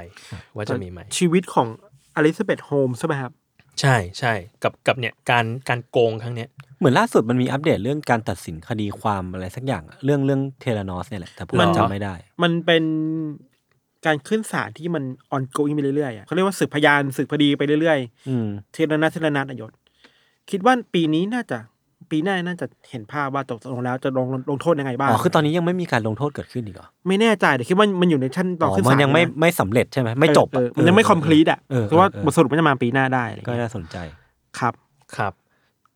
[SPEAKER 4] ว่าจะมีไหม
[SPEAKER 3] ชีวิตของอลิซาเบธโฮมใช่ไหมครับ
[SPEAKER 4] ใช่ใช่กับกับเนี่ยการการโกงครั้งเนี้ย
[SPEAKER 2] เหมือนล่าสุดมันมีอัปเดตเรื่องการตัดสินคดีความอะไรสักอย่างอะเรื่องเรื่องเทเลนอสเนี่ยแหละแต่ผม
[SPEAKER 3] มัน
[SPEAKER 2] จำไม่ได้
[SPEAKER 3] มันเป็นการขึ้นศาลที่มัน ongoing ไปเรื่อยๆอะเขาเรียกว่าสืบพยานสืบคดีไปเรื่อย
[SPEAKER 2] อืม
[SPEAKER 3] ๆเทระนัดเทระนัดอะยศคิดว่าปีนี้น่าจะ ปีหน้าน่าจะเห็นภาพว่าตกลงแล้วจะลงลงโทษยังไงบ้าง
[SPEAKER 2] อ๋อ คือตอนนี้ยังไม่มีการลงโทษเกิดขึ้นอีกเหรอ
[SPEAKER 3] ไม่แน่ใจแต่คิดว่ามันอยู่ในชั้นต
[SPEAKER 2] อ๋
[SPEAKER 3] อ
[SPEAKER 2] อ
[SPEAKER 3] ขึ้น
[SPEAKER 2] มั
[SPEAKER 3] ศาล
[SPEAKER 2] นยังไม่
[SPEAKER 3] ะ
[SPEAKER 2] ไม่สำเร็จใช่ไหมไม่จบ
[SPEAKER 3] เอ
[SPEAKER 2] อะ
[SPEAKER 3] อเออมันยังไม่ complete อ่ะ
[SPEAKER 2] เออ
[SPEAKER 3] เพราะว่า
[SPEAKER 2] เออบ
[SPEAKER 3] ทสรุปมันจะมาปีหน้าได้อะไร
[SPEAKER 2] ก็
[SPEAKER 3] เงี้ย
[SPEAKER 2] น่าสนใจ
[SPEAKER 3] ครับ
[SPEAKER 4] ครับ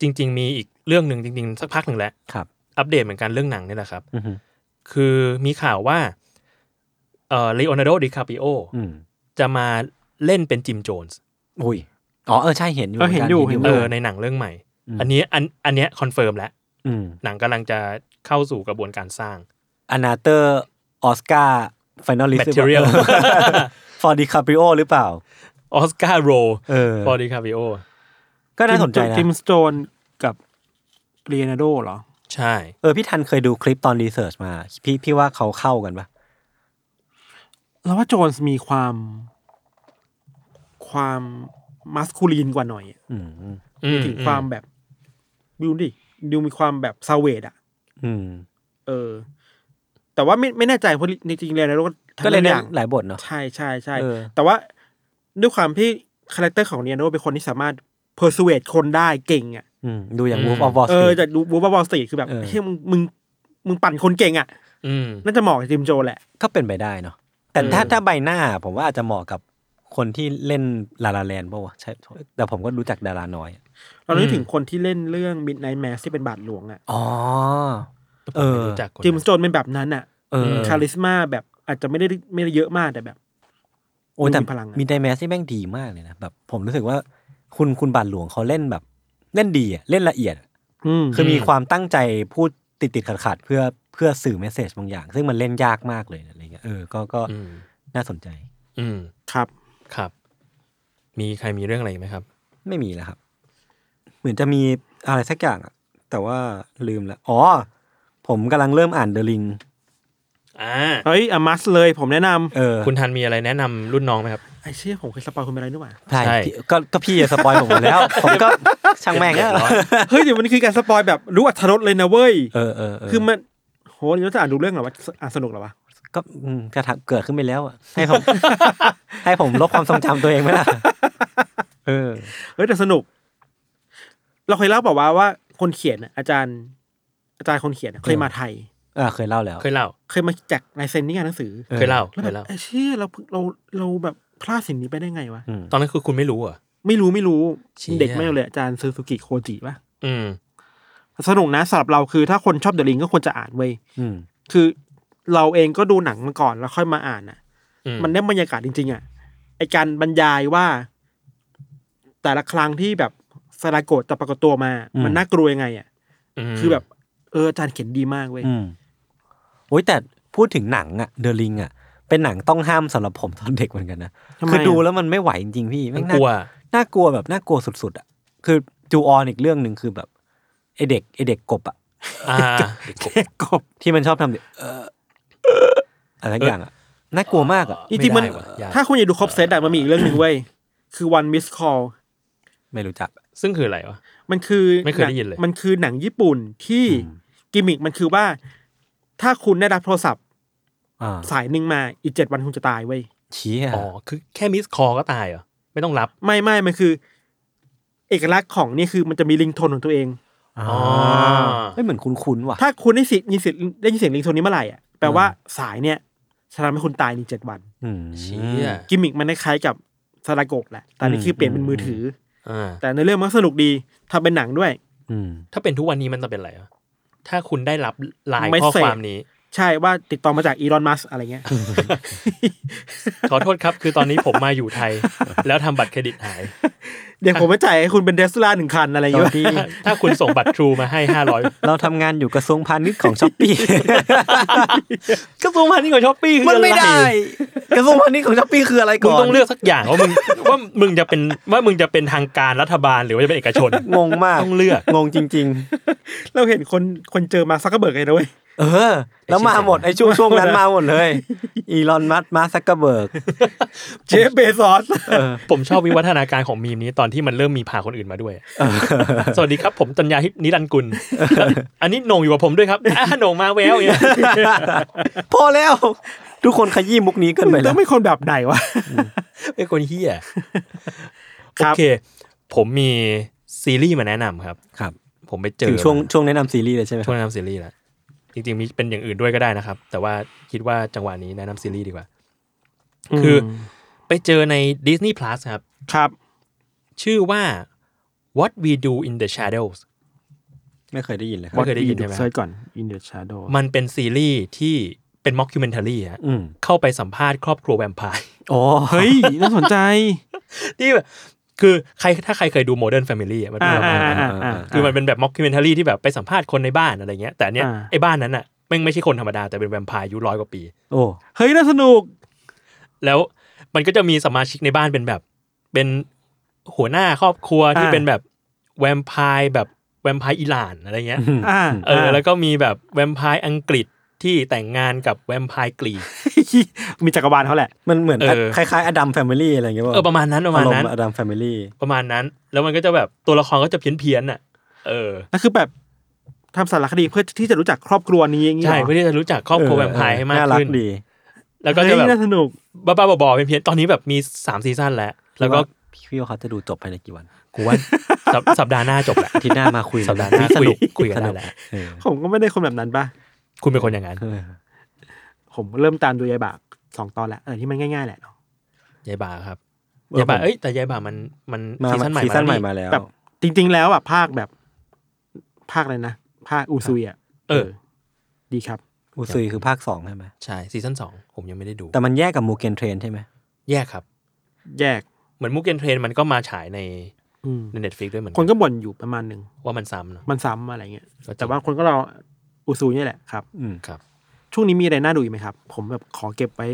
[SPEAKER 4] จริง ๆ มีอีกเรื่องหนึ่งจริง ๆ สักพักหนึ่งแล้ว
[SPEAKER 2] ครับ
[SPEAKER 4] อัปเดตเหมือนกันเรื่องหนังนี่แหละครับ
[SPEAKER 2] อือหือ
[SPEAKER 4] คือมีข่าวว่าเอ่อเลโอนาร์โดดิคาปิโอ
[SPEAKER 2] อืม
[SPEAKER 4] จะมาเล่นเป็นจิมโจนส์
[SPEAKER 2] อุ้ยอ๋อเออใช่เห็นอยู่
[SPEAKER 3] เออเห็นอยู่
[SPEAKER 2] มืกั
[SPEAKER 3] เห็น
[SPEAKER 4] เอยู่ อในหนังเรื่องใหม่
[SPEAKER 2] ม
[SPEAKER 4] อันนี้อันอันเนี้ยคอนเฟิร์มแล้ว
[SPEAKER 2] อืม
[SPEAKER 4] หนังกำลังจะเข้าสู่กระบวนการสร้าง
[SPEAKER 2] อนาเตอร์ออสการ์ฟิแนลลิสต์
[SPEAKER 4] Material
[SPEAKER 2] ฟอร์ดิคาปริโอ หรือเปล่า
[SPEAKER 4] ออสการ์โร
[SPEAKER 2] เออ
[SPEAKER 4] ฟอร์ดิคาปิโอ
[SPEAKER 2] ก็น่าสนใจนะ
[SPEAKER 3] จิมสโตนกับเรียนาโดเหรอ
[SPEAKER 4] ใช่
[SPEAKER 2] เออพี่ทันเคยดูคลิปตอนรีเสิร์ชมา พี่พี่ว่าเขาเข้ากันปะ
[SPEAKER 3] เราว่าโจนส์มีความ ความมัสคูลีนกว่าหน่อยอะ
[SPEAKER 2] อืม
[SPEAKER 4] อืม
[SPEAKER 3] ถึงความแบบดูดิดูมีความแบบซาเวดอะ
[SPEAKER 2] อืม
[SPEAKER 3] เออ แต่ว่าไม่ไม่แน่ใจเพราะจริงๆเรียนาโดก็ทำ
[SPEAKER 2] ก็เลย
[SPEAKER 3] ห
[SPEAKER 2] เนี่
[SPEAKER 3] ลาย อย่าง
[SPEAKER 2] หลายบทเนาะ
[SPEAKER 3] ใช่ใช่ใช่
[SPEAKER 2] เออ
[SPEAKER 3] แต่ว่าด้วยความที่คาแรคเตอร์ของเรียนาโดเป็นคนที่สามารถเพอร์ซูเอคนได้เก่งอะ
[SPEAKER 2] อืมดูอย่าง Wolf of Wall
[SPEAKER 3] เออ
[SPEAKER 2] Street
[SPEAKER 3] จากดูบูบาบอลสตีคือแบบ
[SPEAKER 2] เออ
[SPEAKER 3] เฮ้ยมึงมึงมึงปั่นคนเก่งอะ
[SPEAKER 4] อืม
[SPEAKER 3] น่าจะเหมาะกับจิมโจแหละ
[SPEAKER 2] ก็เป็นไปได้เนาะแต่ถ้า
[SPEAKER 4] เออ
[SPEAKER 2] ถ้าใบหน้าผมว่าอาจจะเหมาะกับคนที่เล่นลาลาแลนด์ป่าวะใช่แต่ผมก็รู้จักดาราน้อย
[SPEAKER 3] เรานึก
[SPEAKER 4] อืม
[SPEAKER 3] ถึงคนที่เล่นเรื่อง Midnight Mass ที่เป็นบาทหลวงอะ
[SPEAKER 2] อ๋อ
[SPEAKER 4] ผม
[SPEAKER 2] เออ
[SPEAKER 4] ไม่รู้จักคน
[SPEAKER 3] จิม
[SPEAKER 4] นั้น
[SPEAKER 3] สโตนเป็นแบบนั้นอ่ะ
[SPEAKER 2] เออ
[SPEAKER 4] ม
[SPEAKER 3] คาริสมาแบบอาจจะไม่ได้ไม่ได้เยอะมากแต่แบบ
[SPEAKER 2] โอ้ยแต่
[SPEAKER 3] มีพลังอะ
[SPEAKER 2] มีไดแมสที่แม่งดีมากเลยนะแบบผมรู้สึกว่าคุณคุณบาทหลวงเขาเล่นแบบ เล่นดีอะเล่นละเอียดอะ
[SPEAKER 3] อืม
[SPEAKER 2] คือมีความตั้งใจพูดติดติดขัดขัดๆเพื่อเพื่อสื่อเมสเซจบางอย่าง ซึ่งมันเล่นยากมากเลยอะไรเงี้ยเออก็ก็
[SPEAKER 4] อืม
[SPEAKER 2] น่าสนใจ
[SPEAKER 4] อืม
[SPEAKER 3] ครับ
[SPEAKER 4] ครับ มีใครมีเรื่องอะไรอีกไหมครับ
[SPEAKER 2] ไม่มีแล้วครับ เหมือนจะมีอะไรสักอย่างอะแต่ว่าลืมละอ๋อ ผมกำลังเริ่มอ่านเดลิง
[SPEAKER 4] อ่า
[SPEAKER 3] เฮ้ยอามัสเลยผมแนะนำ
[SPEAKER 2] เออ
[SPEAKER 4] คุณทันมีอะไรแนะนำรุ่นน้องไหมครับ
[SPEAKER 3] ไอ้เชี่ยผมเคยสปอยคุณไปอะไรนี่หว่า
[SPEAKER 2] ใช่
[SPEAKER 4] ใช่
[SPEAKER 2] พี่ก็ก็พี่สปอยผมหมด แล้ว ผมก็ช่างแม่ง
[SPEAKER 4] เดือดร้อน
[SPEAKER 3] เฮ้ยเดี๋ยวมันคือการสปอยแบบรู้อัธรสเลยนะเว้ย
[SPEAKER 2] เออเออเออ
[SPEAKER 3] คือมันโหเราจะอ่านดูเรื่องเหรอวะอ่านสนุกเหรอวะ
[SPEAKER 2] ก็อืมกระทำเกิดขึ้นไปแล้วอะให้ผม ให้ผมลบความทรงจำตัวเองไหมล่ะเออ
[SPEAKER 3] เฮ้ยแต่สนุก เราเคยเล่าบอกว่าวว่าคนเขียนน่ะอาจารย์ อาจารย์คนเขียนน่ะเคย
[SPEAKER 2] เออ
[SPEAKER 3] มาไทย
[SPEAKER 2] อ่าเคยเล่าแล้ว
[SPEAKER 4] เคยเล่า
[SPEAKER 3] เคยมาแจกลายเซ็นนี่งานหนังสือ
[SPEAKER 2] เออ
[SPEAKER 4] เคยเล่า
[SPEAKER 3] แล้ว
[SPEAKER 4] เค
[SPEAKER 3] แบ
[SPEAKER 4] ย
[SPEAKER 3] บ
[SPEAKER 4] เล่า
[SPEAKER 3] ไอ้เชี่ยเราเราเราแบบพลาดสิ่งนี้ไปได้ไงวะ
[SPEAKER 2] อืม
[SPEAKER 4] ตอนนั้นคือคุณไม่รู้เหรอ่ะ
[SPEAKER 3] ไม่รู้ไม่รู้
[SPEAKER 4] เชี่ย
[SPEAKER 3] เด็กแม่งเลยอาจารย์ซูซูกิโคจิปะ
[SPEAKER 4] อืม
[SPEAKER 3] สนุกนะสำหรับเราคือถ้าคนชอบเดอะลิงก็ควรจะอ่านเว้ย
[SPEAKER 2] อืม
[SPEAKER 3] คือเราเองก็ดูหนังมาก่อนแล้วค่อยมาอ่านอ่ะ
[SPEAKER 4] อืม
[SPEAKER 3] มันได้บรรยากาศจริง ๆ อ่ะไอการบรรยายว่า แต่ละครั้งที่แบบสลาโกดจะปรากฏตัวมา มันน่ากลัวยังไงอ่ะ
[SPEAKER 4] ม
[SPEAKER 3] คือแบบเอออาจารย์เขียนดีมากเว้ย
[SPEAKER 2] อืมโอ้ยแต่พูดถึงหนังอะเดลิงอะเป็นหนังต้องห้ามสำหรับผมตอนเด็กเหมือนกันนะ
[SPEAKER 3] ทำไม
[SPEAKER 2] คือ
[SPEAKER 3] อะ
[SPEAKER 2] ดูแล้วมันไม่ไหวจริงๆพี่
[SPEAKER 4] มั
[SPEAKER 2] แม่ง
[SPEAKER 4] นก
[SPEAKER 2] น่า
[SPEAKER 4] ลัว
[SPEAKER 2] น่ากลัวแบบน่ากลัวสุดๆอ่ะคือจูออนอีกเรื่องหนึ่งคือแบบไอเด็กไอเด็กกบอ่ะ
[SPEAKER 4] อ่า
[SPEAKER 3] กบ
[SPEAKER 2] ที่มันชอบทำเด็กเอ่อเอ่ออะไรสักอย่างอ่ะน่ากลัวมากอ่ะ
[SPEAKER 3] จริงๆมัน
[SPEAKER 4] ไม่ได้ว่ะยาก
[SPEAKER 3] ถ้าคุณอยากดูครบเซตอะมันมีอีกเรื่องหนึ่งเว้ยคือ one miss call
[SPEAKER 2] ไม่รู้จัก
[SPEAKER 4] ซึ่งคืออะไรวะ
[SPEAKER 3] มันคือ
[SPEAKER 4] ไม่เคยได้ยินเลย
[SPEAKER 3] มันคือหนังญี่ปุ่นที่
[SPEAKER 2] อืม
[SPEAKER 3] กิมมิกมันคือว่า ถ้าคุณได้รับโทรศัพท์
[SPEAKER 2] อ่า
[SPEAKER 3] สายหนึ่งมาอีกเจ็ดวันคุณจะตายเว้ย
[SPEAKER 2] ชี้อ่ะ
[SPEAKER 4] อ๋อ คือแค่มิสคอก็ตายเหรอ ไม่ต้องรับ
[SPEAKER 3] ไม่ไม่มันคือ เอกลักษณ์ของนี่คือมันจะมีลิงโทนของตัวเอง
[SPEAKER 2] อ๋อ
[SPEAKER 4] อ๋อ
[SPEAKER 2] ไม่เหมือนคุ้นๆว่ะ
[SPEAKER 3] ถ้าคุณได้สิทธิ์ยินเสียงได้ยินเสียงลิงโทนนี้เมื่อไหร่อ่ะแปลว่าสายเนี่ยจะทำให้คุณตายในเจ็ดวัน
[SPEAKER 2] อืม
[SPEAKER 4] เชี่ย
[SPEAKER 3] กิมมิกมันคล้ายๆกับซาลาโกะแหละ แต่นี่คือเปลี่ยนเป็นมือถือ
[SPEAKER 4] อ่า
[SPEAKER 3] แต่ในเรื่องมันก็สนุกดีทำเป็นหนังด้วย
[SPEAKER 2] อืม
[SPEAKER 4] ถ้าเป็นทุกวันนี้มันจะเป็นอะไรวะถ้าคุณได้รับไลน์
[SPEAKER 3] ไม่
[SPEAKER 4] ข้อ
[SPEAKER 3] เสพ
[SPEAKER 4] ความนี้
[SPEAKER 3] ใช่ว่าติดต่อมาจากอี o อนมัสอะไรเงี้ย
[SPEAKER 4] ขอโทษครับ คือตอนนี้ผมมาอยู่ ไทย แล้วทำบัตรเครดิตหาย
[SPEAKER 3] เดี๋ยวผมไปจ่ายให้คุณเป็นเดสลาหนึ่งคันอะไร
[SPEAKER 2] ตอ
[SPEAKER 3] เงี้
[SPEAKER 2] น
[SPEAKER 3] ย
[SPEAKER 2] ที่
[SPEAKER 4] ถ้าคุณส่งบัตรทรูมาให้ห้าร้อย
[SPEAKER 2] เราทำงานอยู่กระทรวงพาณิชย์ของช้อป ปี้
[SPEAKER 4] กระทรวงพาณิชย์กับช้อปปี้คือ
[SPEAKER 2] มัน
[SPEAKER 4] อะไร
[SPEAKER 2] ไม่ได้ กระทรวงพาณิชย์ของช้อปปี้คืออะไร
[SPEAKER 4] มึ
[SPEAKER 2] ก่
[SPEAKER 4] ง
[SPEAKER 2] อน
[SPEAKER 4] ต้องเลือกสักอย่างว่ามึง ว่ามึงจะเป็นว่ามึงจะเป็นทางการรัฐบาลหรือว่าจะเป็นเอกชน
[SPEAKER 2] งงมาก
[SPEAKER 4] ต้องเลือก
[SPEAKER 2] งงจริง
[SPEAKER 3] เราเห็นคนคนเจอมาซักเกอร์เบิร์กเลยนะเว้ย
[SPEAKER 2] ๆ เออ แล้วมาหมดไอ้ช่วงช่วงนั้นมาหมดเลย อีลอนมัสมาซักกเบิร์ก
[SPEAKER 3] เจฟเบซอส
[SPEAKER 4] ผมชอบวิวัฒนาการของมีมนี้ตอนที่มันเริ่มมีพาคนอื่นมาด้วย สวัสดีครับ ผมตัญญาฮิปนิรันดร์กุล อันนี้โหน่งอยู่กับผมด้วยครับอ่ะโหน่งมาแว วเนี่ย
[SPEAKER 2] พอแล้ว ทุกคนขยี้มุกนี้เกินไป
[SPEAKER 3] ต้
[SPEAKER 2] แล้
[SPEAKER 3] อ
[SPEAKER 2] ว
[SPEAKER 3] งเป็นคนแบบไหนวะ
[SPEAKER 4] เป็นคนเฮีย
[SPEAKER 3] ค
[SPEAKER 4] โอ
[SPEAKER 3] รับ
[SPEAKER 4] เค ผมมีซีรีส์มาแนะนำครับ
[SPEAKER 2] ครับ
[SPEAKER 4] ผมไปเจ
[SPEAKER 2] ถึ
[SPEAKER 4] อง
[SPEAKER 2] ช่วงช่วงแนะนำซีรีส์เลยใช่ไหมค
[SPEAKER 4] ช่ว
[SPEAKER 2] รับ
[SPEAKER 4] งแนะนำซีรีส์ละจริงๆมีเป็นอย่างอื่นด้วยก็ได้นะครับ แต่ว่าคิดว่าจังหวะนี้แนะนำซีรีส์ดีกว่า คือ ไปเจอใน Disney Plus ครับ
[SPEAKER 3] ครับ
[SPEAKER 4] ชื่อว่า What We Do in the Shadows
[SPEAKER 2] ไม่เคยได้ยินเลยครั
[SPEAKER 4] ไม่
[SPEAKER 2] บ
[SPEAKER 4] เคยได้ยินใช่ไหม
[SPEAKER 3] เซิร์ชก่อน In the Shadow
[SPEAKER 4] มันเป็นซีรีส์ที่เป็นม็อก u m เมนท r รี่ฮะ
[SPEAKER 2] อืม
[SPEAKER 4] เข้าไปสัมภาษณ์ครอบครัวแวมไพร์
[SPEAKER 2] โอ้
[SPEAKER 3] เฮ้ย น่าสนใจ
[SPEAKER 4] ที่แบบคือใครถ้าใครเคยดูโมเดิร์นแฟมิลี่มัน เป็นประมาณนั้น
[SPEAKER 3] อ่า
[SPEAKER 4] คือมันเป็นแบบม็อก u m เมนท r รี่ที่แบบไปสัมภาษณ์คนในบ้านอะไรเงี้ยแต่อันเนี้ย
[SPEAKER 3] อ่า
[SPEAKER 4] ไอ้บ้านนั้นอ่ะแม่งไม่ใช่คนธรรมดา แต่เป็นแวมไพร์อายุร้อยกว่าปี
[SPEAKER 2] โอ้
[SPEAKER 3] เฮ้ย น่าสนุก
[SPEAKER 4] แล้วมันก็จะมีสมาชิกในบ้านเป็นแบบ เป็นหัวหน้าครอบครัวที่
[SPEAKER 3] อ่า
[SPEAKER 4] เป็นแบบแวมไพร์แบบแวมไพร์อิหร่านอะไรเงี้ย
[SPEAKER 3] อ่า
[SPEAKER 4] เออแล้วก็มีแบบแวมไพร์อังกฤษที่แต่งงานกับแวมไพร์กรีก
[SPEAKER 3] มีจักรวาลเขาแหละ
[SPEAKER 2] มันเหมือน
[SPEAKER 4] เออ
[SPEAKER 2] คล้ายๆอดัมแฟมิลี่อะไรอย่างเงี้ย
[SPEAKER 4] เออประมาณนั้นประมาณนั้น
[SPEAKER 2] อดัมแฟมิลี่
[SPEAKER 4] ประมาณนั้น แล้วมันก็จะแบบตัวละครก็จะเพี้ยนเพี้ยนๆอ่ะ เออ
[SPEAKER 3] นั่นคือแบบทำสารคดีเพื่อที่จะรู้จักครอบครัวนี้อย่างนี้
[SPEAKER 4] ใช่
[SPEAKER 3] เหรอ
[SPEAKER 4] เพื่อที่จะรู้จักครอบครัวแวมไพร์ให้มาก
[SPEAKER 2] น่ารัก
[SPEAKER 4] ขึ้น
[SPEAKER 2] ดี
[SPEAKER 4] แล้วก็จะ
[SPEAKER 3] เฮ้ย
[SPEAKER 4] แบบ
[SPEAKER 3] น่าสนุก
[SPEAKER 4] บ้าๆบอๆเพี้ยนๆตอนนี้แบบมีสามซีซั่นแล้ว แล้วก็
[SPEAKER 2] พี่พี่ว่าเขาจะดูจบภายในกี่วัน
[SPEAKER 4] กูว่า สัปสัปดาห์หน้าจบแหละ
[SPEAKER 2] อาทิตย์หน้ามาคุย
[SPEAKER 4] สัปดาห์หน้า
[SPEAKER 2] ส
[SPEAKER 4] คุย
[SPEAKER 2] นุก
[SPEAKER 4] คุยกันได้แหละ
[SPEAKER 2] เออ
[SPEAKER 3] ผมก็ไม่ได้คนแบบนั้นปะ
[SPEAKER 4] คุณเป็นคนอย่างนั้น
[SPEAKER 2] เออ
[SPEAKER 3] ผมเริ่มตามดูยายบากสองตอนแล้วอะไรที่มันง่ายๆแหละเนาะ
[SPEAKER 4] ยายบ่าครับยายบ่าเอ้ยแต่ยายบ่ามันมัน
[SPEAKER 2] มา
[SPEAKER 4] ซีซั่นใหม่
[SPEAKER 2] ซีซั่นใหม่
[SPEAKER 4] า
[SPEAKER 2] มาแล้ว
[SPEAKER 3] แบบจริง ๆ แล้วอ่ะภาคแบบภาคอะไรนะ ภาคอูซุยอ่ะ
[SPEAKER 4] เออ
[SPEAKER 3] ดีครับ
[SPEAKER 2] อุซุยคือภาคสองใช่ไหม
[SPEAKER 4] ใช่ซีซั่นสองผมยังไม่ได้ดู
[SPEAKER 2] แต่มันแยกกับมูเกนเทรนใช่ไหม
[SPEAKER 4] แยกครับ
[SPEAKER 3] แยก
[SPEAKER 4] เหมือนมุกเกนเทรนมันก็มาฉายใน
[SPEAKER 3] อืม
[SPEAKER 4] ในเน็ตฟลิกด้วยเหมือน
[SPEAKER 3] คนก็บ่นอยู่ประมาณหนึ่ง
[SPEAKER 4] ว่ามันซ้ำเนอะ
[SPEAKER 3] มันซ้ำอะไรเงี้ย
[SPEAKER 4] ก็จริง
[SPEAKER 3] แต่ว่าคนก็รออูซูเนี่ยแหละครับ
[SPEAKER 2] อืม
[SPEAKER 4] ครับ
[SPEAKER 3] ช่วงนี้มีอะไรน่าดูอีกไหมครับ ผมแบบขอเก็บไว้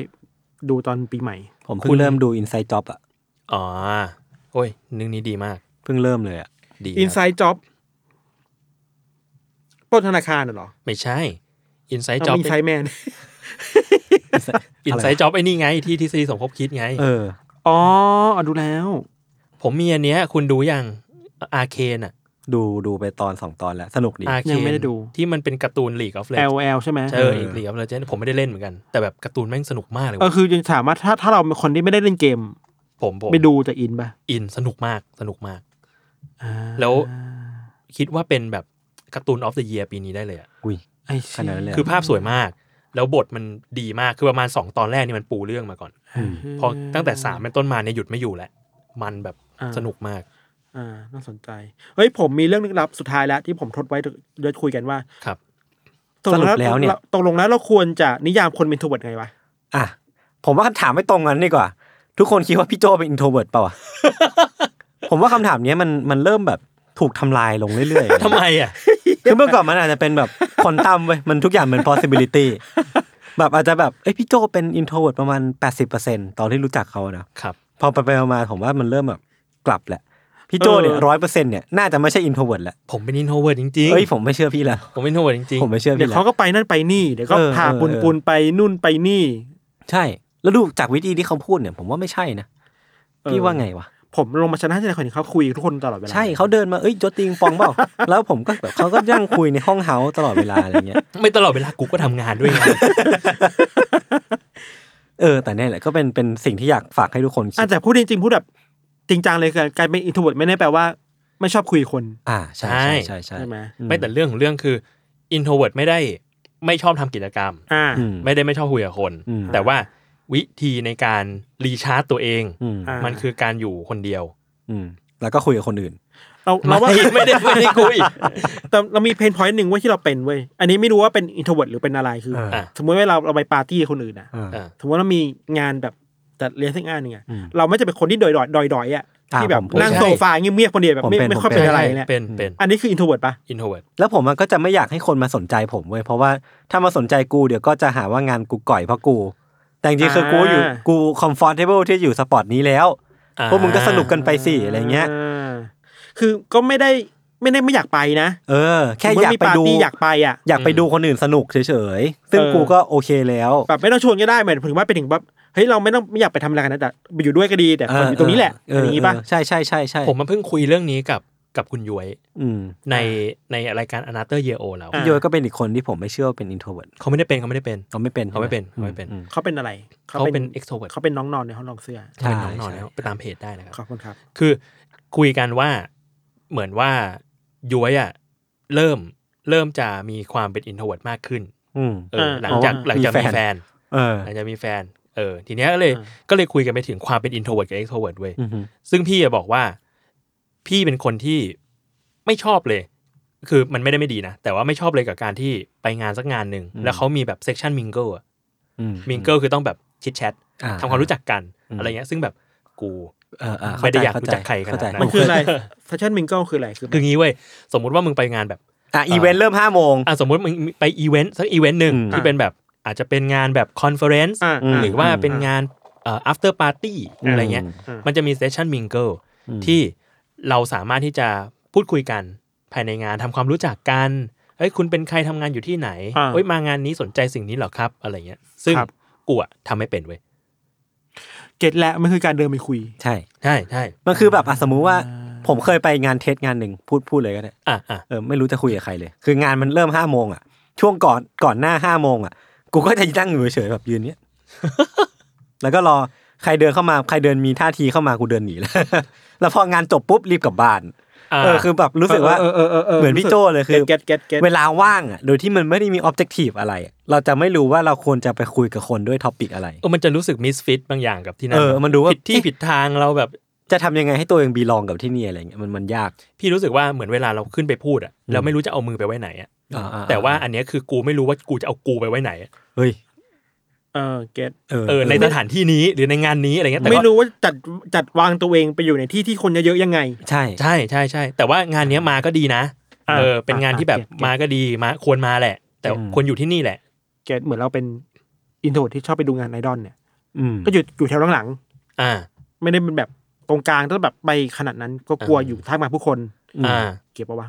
[SPEAKER 3] ดูตอนปีใหม่
[SPEAKER 2] ผม
[SPEAKER 4] คุ
[SPEAKER 2] เพิ่ง
[SPEAKER 4] ณ
[SPEAKER 2] เริ่มดูอินไซต์จ็อบอ่ะ
[SPEAKER 4] อ๋อโอ้ยนึงนี้ดีมาก
[SPEAKER 2] เพิ่งเริ่มเลยอ่ะ
[SPEAKER 4] ดีครับ
[SPEAKER 3] Inside Job ปล้นธนาคารน่ะเหรอ
[SPEAKER 4] ไม่ใช่ Inside
[SPEAKER 3] เอา
[SPEAKER 4] Job
[SPEAKER 3] Inside Man
[SPEAKER 4] Inside Job ไอ้นี่ไงที่ทฤษฎีสมคบคิดไง
[SPEAKER 2] เออ
[SPEAKER 3] อ๋ออ่ะดูแล้ว
[SPEAKER 4] ผมมีอันเนี้ย คุณดูยังอาเคนอะ
[SPEAKER 2] ดูดูไปตอนสองตอนแล้ว สนุกดี
[SPEAKER 4] อาเค
[SPEAKER 3] ยังไม่ได้ดู
[SPEAKER 4] ที่มันเป็นการ์ตูน League of Legends
[SPEAKER 3] LL ใช่ไหม
[SPEAKER 4] เจออีก League of Legends ผมไม่ได้เล่นเหมือนกัน แต่แบบการ์ตูนแม่งสนุกมากเลย
[SPEAKER 3] ก็
[SPEAKER 4] ว่ะ
[SPEAKER 3] คือยังสามารถถ้าถ้าเราเป็นคนที่ไม่ได้เล่นเกม
[SPEAKER 4] ผมผม
[SPEAKER 3] ไปดูจะอินป่ะ
[SPEAKER 4] อินสนุกมากสนุกมาก
[SPEAKER 3] อ่า
[SPEAKER 4] แล้ว คิดว่าเป็นแบบการ์ตูน of the year ปีนี้ได้เลยอะ
[SPEAKER 2] อุ้ย
[SPEAKER 3] ไอ้เชี่
[SPEAKER 2] ขนาดนั้นเลย
[SPEAKER 4] คือภาพสวยมาก แล้วบทมันดีมากคือประมาณ 2 ตอนแรกนี่มันปูเรื่องมาก่อน พอตั้งแต่3เป็นต้นมาเนี่ยหยุดไม่อยู่แล้วมันแบบ
[SPEAKER 3] อ่า
[SPEAKER 4] สนุกมาก
[SPEAKER 3] อ่าน่าสนใจ เฮ้ยผมมีเรื่องลึกลับสุดท้ายแล้ว ที่ผมทดไว้เดี๋ยวเดี๋ยวคุยกันว่า
[SPEAKER 4] ครับ
[SPEAKER 3] ตก
[SPEAKER 2] สรุปแล้วเนี่ย
[SPEAKER 3] ราตกลงแล้วเราควรจะนิยามคนเป็นทวดไงวะ
[SPEAKER 2] อ่ะ ผมว่าคำถามไม่ตรงกันดีกว่า ทุกคนคิดว่าพี่โจเป็นอินโทรเวิร์ดเปล่ าวะ ผมว่าคำถามเนี้ยมันมันเริ่มแบบถูกทำลายลงเรื่อย
[SPEAKER 4] ทำไมอ่ะ
[SPEAKER 2] ๆ คือเมื่อก่อนมันอาจจะเป็น แบบคอนตัมเว้ยมันทุกอย่างเป็น possibility แบบอาจจะแบบเอ้ยพี่โจเป็นอินโทรเวิร์ดประมาณ 80%ตอนที่รู้จักเขาอะนะ
[SPEAKER 4] ครับ
[SPEAKER 2] พอไปไปมาๆผมว่ามันเริ่มแบบกลับแหละ พี่โจเนี่ย
[SPEAKER 3] เอ
[SPEAKER 2] ร้อ
[SPEAKER 3] อ
[SPEAKER 2] ยเปอร์เซ็นต์เนี่ยน่าจะไม่ใช่อินโทรเวิร์ดแหละ
[SPEAKER 4] ผมเป็น introvert จริงๆ
[SPEAKER 2] เอ้ยผมไม่เชื่อพี่แล้ว
[SPEAKER 4] ผมเป็นโทษจริง
[SPEAKER 2] ผมไม่เชื่อ
[SPEAKER 3] เดี๋ย
[SPEAKER 2] พี่
[SPEAKER 3] ว
[SPEAKER 2] แล้
[SPEAKER 3] เขา
[SPEAKER 2] ว
[SPEAKER 3] ก็ไปนั่นไปนี่เดี๋ยวก็
[SPEAKER 2] เออ
[SPEAKER 3] พา
[SPEAKER 2] เออ
[SPEAKER 3] ปุน
[SPEAKER 2] เออ
[SPEAKER 3] ปุนไปนู่นไปนี่
[SPEAKER 2] ใช่ แล้วดูจากวิธีที่เขาพูดเนี่ยผมว่าไม่ใช่นะ
[SPEAKER 3] เออ
[SPEAKER 2] พี่ว่าไงวะ
[SPEAKER 3] ผมลงมาชนะใจคนที่เขาคุยกับทุกคนตลอดเวลา
[SPEAKER 2] ใช่เขาเดินมาเอ้ยโจติงปองเปล่า แล้วผมก็แบบเขาก็ยั่งคุยในห้องเฮาส์ตลอดเวลาอะไรเงี้ย
[SPEAKER 4] ๆ ไม่ตลอดเวลากูก็ทำงานด้วยไง
[SPEAKER 2] เออแต่เนี่ยแหละก็เป็นเป็นสิ่งที่อยากฝากให้ทุกคนคิ
[SPEAKER 3] อ่ะ
[SPEAKER 2] ด
[SPEAKER 3] แต่พูดจริงๆพูดแบบจริงจังเลยคือการเป็นอินทรเวิไม่ได้แปลว่า ไม่ชอบคุยกับคน
[SPEAKER 2] อ่าใช่ใช่ใช่ใช่
[SPEAKER 3] ใช่ไหม
[SPEAKER 4] ไม่แต่เรื่องของเรื่องคือ introvert ไม่ได้ไม่ชอบทำกิจกรรม
[SPEAKER 3] อ่า
[SPEAKER 2] อืม
[SPEAKER 4] ไม่ได้ไม่ชอบคุยกับคน
[SPEAKER 2] อืม
[SPEAKER 4] แต่ว่าวิธีในการรีชาร์จตัวเอง
[SPEAKER 2] อืม
[SPEAKER 3] อ่า
[SPEAKER 4] มันคือการอยู่คนเดียว
[SPEAKER 2] อืมแล้วก็คุยกับคนอื่น
[SPEAKER 3] เราเราว่า
[SPEAKER 4] ไม่ไม่ได้ไม่ได้คุย
[SPEAKER 3] แต่เรามีเพนพอยต์หนึ่งเว่าที่เราเป็นเว้ยอันนี้ไม่รู้ว่าเป็นอินทรเวิหรือเป็นอะไรคือ
[SPEAKER 2] เออ
[SPEAKER 4] อ่ะ
[SPEAKER 3] สมมติว่าเราเราไปปาร์ตี้กับคนอื่นนะ
[SPEAKER 2] อ่า
[SPEAKER 4] อ่ะ
[SPEAKER 3] สมมติว่ามีงานแบบจัดเลี้ยงสักงานหนึ่งอะ
[SPEAKER 2] อืม
[SPEAKER 3] เราไม่จะเป็นคนที่ดอยๆดอยๆอ่ะ
[SPEAKER 2] อ่า
[SPEAKER 3] ที่แบบ
[SPEAKER 2] ผมผม
[SPEAKER 3] นั่งโซฟาเงียบๆคนเดียวแบบไม่
[SPEAKER 2] ผมเป็น
[SPEAKER 3] ไม่ค่อย
[SPEAKER 2] ผมเป็
[SPEAKER 3] เป็น นอะไรเนี่ย
[SPEAKER 4] เป็นเป็น
[SPEAKER 3] อันนี้คืออินทรเวิปะ
[SPEAKER 4] introvert
[SPEAKER 2] แล้วผมอะก็จะไม่อยากให้คนมาสนใจผมเว้ยเพราะว่าถ้ามาสนใจกูเดี๋ยวก็จะหาว่างานกูก่อยเพราะกู แต่จริงๆคือกูอยู่
[SPEAKER 3] อ่า
[SPEAKER 2] กูคอมฟอร์ทเบิลที่อยู่สปอร์ตนี้แล้ว
[SPEAKER 4] อ่า
[SPEAKER 2] พวกมึงก็สนุกกันไปสิอะไรเงี้ย
[SPEAKER 3] อ่าคือก็ไม่ได้ ไม่ได้ไม่อยากไปนะ
[SPEAKER 2] เออ แค่อยาก
[SPEAKER 3] มันมี
[SPEAKER 2] ไป
[SPEAKER 3] ปาร์
[SPEAKER 2] ดู
[SPEAKER 3] ตี้อยากไปอ่ะ
[SPEAKER 2] อยากไปดูคนอื่นสนุกเฉยๆ ซึ่ง
[SPEAKER 3] เออ
[SPEAKER 2] กูก็โอเคแล้ว
[SPEAKER 3] แบบไม่ต้องชวนก็ได้หมายถึงว่าไปถึงแบบเฮ้ยเราไม่ต้องไม่อยากไปทำอะไรกันนะแต่ไปอยู่ด้วยก็ดีแต่คนอยู่ตรงนี้แหละ
[SPEAKER 2] เ
[SPEAKER 3] อย่างนี้ป่ะ
[SPEAKER 2] เใช่ใช่ใช่ใช่
[SPEAKER 4] ผมมาเพิ่งคุยเรื่องนี้กับกับคุณย้วย
[SPEAKER 2] อืม
[SPEAKER 4] ในในรายการอนาเตอร์เยโอแล้ว
[SPEAKER 2] พี่โยยก็เป็นอีกคนที่ผมไม่เชื่อว่าเป็นอินโทรเวิร์ด
[SPEAKER 4] เขาไม่ได้เป็นเขาไม่ได้เป็น
[SPEAKER 2] เขาไม่เป็น
[SPEAKER 4] เขาไม่เป็นเขาไม่เป็น
[SPEAKER 2] อืม
[SPEAKER 3] เขาเป็นอะไร
[SPEAKER 4] เขาเป็น extrovert
[SPEAKER 3] เขาเป็นน้องนอนในห้องนอนเสื้อ
[SPEAKER 2] ใช่
[SPEAKER 4] เขาเป็นน้องนอนแล้วไปตามเพจได้นะครับ
[SPEAKER 3] ขอบคุณครับ
[SPEAKER 4] คือคุยกันว่าเหมือนว่าย้วยอะเริ่มเริ่มจะมีความเป็นอินโทรเวิร์ดมากขึ้น
[SPEAKER 2] อืม
[SPEAKER 4] เออหลังจาก
[SPEAKER 2] อ๋อ
[SPEAKER 4] หลังจาก
[SPEAKER 2] มี
[SPEAKER 4] มี
[SPEAKER 2] แฟ
[SPEAKER 4] แฟ
[SPEAKER 2] น
[SPEAKER 4] น
[SPEAKER 2] เออ
[SPEAKER 4] หลังจากมีแฟนเออทีเนี้ยก็เลยก็เลยคุยกันไปถึงความเป็นอินโทรเวิร์ดกับเอ็กโทรเวิร์ดเว้ย
[SPEAKER 2] อืมฮึ
[SPEAKER 4] ซึ่งพี่อะบอกว่า พี่เป็นคนที่ไม่ชอบเลย คือมันไม่ได้ไม่ดีนะ แต่ว่าไม่ชอบเลยกับการที่ไปงานสักงานหนึ่งแล้วเขามีแบบเซ็กชันมิงเกิลอะ
[SPEAKER 2] อื
[SPEAKER 4] มิงเกิลคือต้องแบบชิดแชท
[SPEAKER 2] อ่
[SPEAKER 4] ทำความรู้จักกันอะไรเงี้ยซึ่งแบบกู
[SPEAKER 2] เออเออเข้
[SPEAKER 4] ไม่ได้
[SPEAKER 2] ใจ
[SPEAKER 4] อยาก
[SPEAKER 2] เข้
[SPEAKER 4] รู้
[SPEAKER 2] ใจ
[SPEAKER 4] จักใครขนาดนั้น
[SPEAKER 3] มันคืออะไร
[SPEAKER 2] เข้าใจ
[SPEAKER 3] แฟชั่นมิงเกิลคืออะไรคือ
[SPEAKER 4] คืองี้เว้ยสมมุติว่ามึงไปงานแบบ
[SPEAKER 2] อ่ะอีเวนต์เริ่มห้าโมง
[SPEAKER 4] อ่ะสมมติมึงไปอีเวนต์สักอีเวนต์หนึ่ง
[SPEAKER 2] อืม
[SPEAKER 4] ที่เป็นแบบอาจจะเป็นงานแบบคอนเฟอเรนซ์
[SPEAKER 3] อ่า
[SPEAKER 2] ะ
[SPEAKER 4] หรือว่าเป็นงานเอ่อ after party อะไรเงี้ย
[SPEAKER 3] อ่า
[SPEAKER 4] มันจะมีเซสชั o นมิงเกิลที่เราสามารถที่จะพูดคุยกันภายในงานทำความรู้จักกันเฮ้ยคุณเป็นใครทำงานอยู่ที่ไหน
[SPEAKER 3] อ่า
[SPEAKER 4] เฮ้ยมางานนี้สนใจสิ่งนี้เหรอครับ อะไรเงี้ย ซึ่ง
[SPEAKER 3] ครับ
[SPEAKER 4] กูอะทำไม่เป็นเว้ย
[SPEAKER 3] เก็ตและมันคือการเดินไปคุย
[SPEAKER 2] ใช่
[SPEAKER 4] ใช่ใช่
[SPEAKER 2] มันคือแบบอ่ะสมมุติว่า ผมเคยไปงานเทสงานหนึ่งพูดพูดเลยก็ได้
[SPEAKER 4] อ่ะอ่ะ
[SPEAKER 2] เออไม่รู้จะคุยกับใครเลย คืองานมันเริ่มห้าโมงอ่ะ ช่วงก่อนก่อนหน้าห้าโมงอ่ะ กูก็จะนั่งอยู่เฉยๆแบบยืนเนี้ย แล้วก็รอใครเดินเข้ามาใครเดินมีท่าทีเข้ามากูเดินหนีแล้ว แล้วพองานจบปุ๊บรีบกลับบ้าน
[SPEAKER 4] อ่า
[SPEAKER 2] เออคือแบบรู้สึกว่า
[SPEAKER 3] เออเออเออเออ
[SPEAKER 2] เหมือนพี่โจเลยคือ
[SPEAKER 3] เก็ตเก็ตเก็ต
[SPEAKER 2] เวลาว่างอ่ะโดยที่มันไม่ได้มีออบเจกตีฟอะไรอะเราจะไม่รู้ว่าเราควรจะไปคุยกับคนด้วยท็อปิกอะไร
[SPEAKER 4] เออมันจะรู้สึกมิสฟิตบางอย่างกับที่นั่น
[SPEAKER 2] เออมันดูว่า
[SPEAKER 4] ผิดที่ผิดทางเราแบบ
[SPEAKER 2] จะทำยังไงให้ตัวเองบีลองกับที่นี่อะไรเงี้ยมันมันยาก
[SPEAKER 4] พี่รู้สึกว่าเหมือนเวลาเราขึ้นไปพูดอะเราไม่รู้จะเอามือไปไว้ไหนอะ
[SPEAKER 2] อ่าอ่า
[SPEAKER 4] แต่ว่าอันเนี้ยคือกูไม่รู้ว่ากูจะเอากูไปไว้ไหนอะ
[SPEAKER 2] เฮ้ย
[SPEAKER 3] เออเก็ต
[SPEAKER 4] เออในสถานที่นี้หรือในงานนี้อะไรเงี้ยแต่
[SPEAKER 3] ไม่
[SPEAKER 4] ว่า
[SPEAKER 3] รู้ว่าจัดจัดวางตัวเองไปอยู่ในที่ที่คนเยอะๆยังไง
[SPEAKER 2] ใช่
[SPEAKER 4] ใช่ใช่ใช่แต่ว่างานเนี้ยมาก็ดีนะ
[SPEAKER 3] อ่า
[SPEAKER 4] เออเป็นงานที่แบบ
[SPEAKER 3] อ่าเก็ตเก็ต
[SPEAKER 4] มาก็ดีมาควรมาแหละ แต่
[SPEAKER 2] อืม
[SPEAKER 4] ควรอยู่ที่นี่แหละ
[SPEAKER 3] เก็ตเหมือนเราเป็นอินโทรที่ชอบไปดูงานไอดอลเนี่ย
[SPEAKER 2] อืม
[SPEAKER 3] ก็อยู่อยู่แถวหลัง
[SPEAKER 4] อ่า
[SPEAKER 3] ๆไม่ได้เป็นแบบตรงกลางถ้าแบบไปขนาดนั้นก็กลัว
[SPEAKER 4] อ่า
[SPEAKER 3] อยู่ท่ามกลางผู้คน
[SPEAKER 2] อืม
[SPEAKER 4] อ่า
[SPEAKER 3] เก็บเอาว่า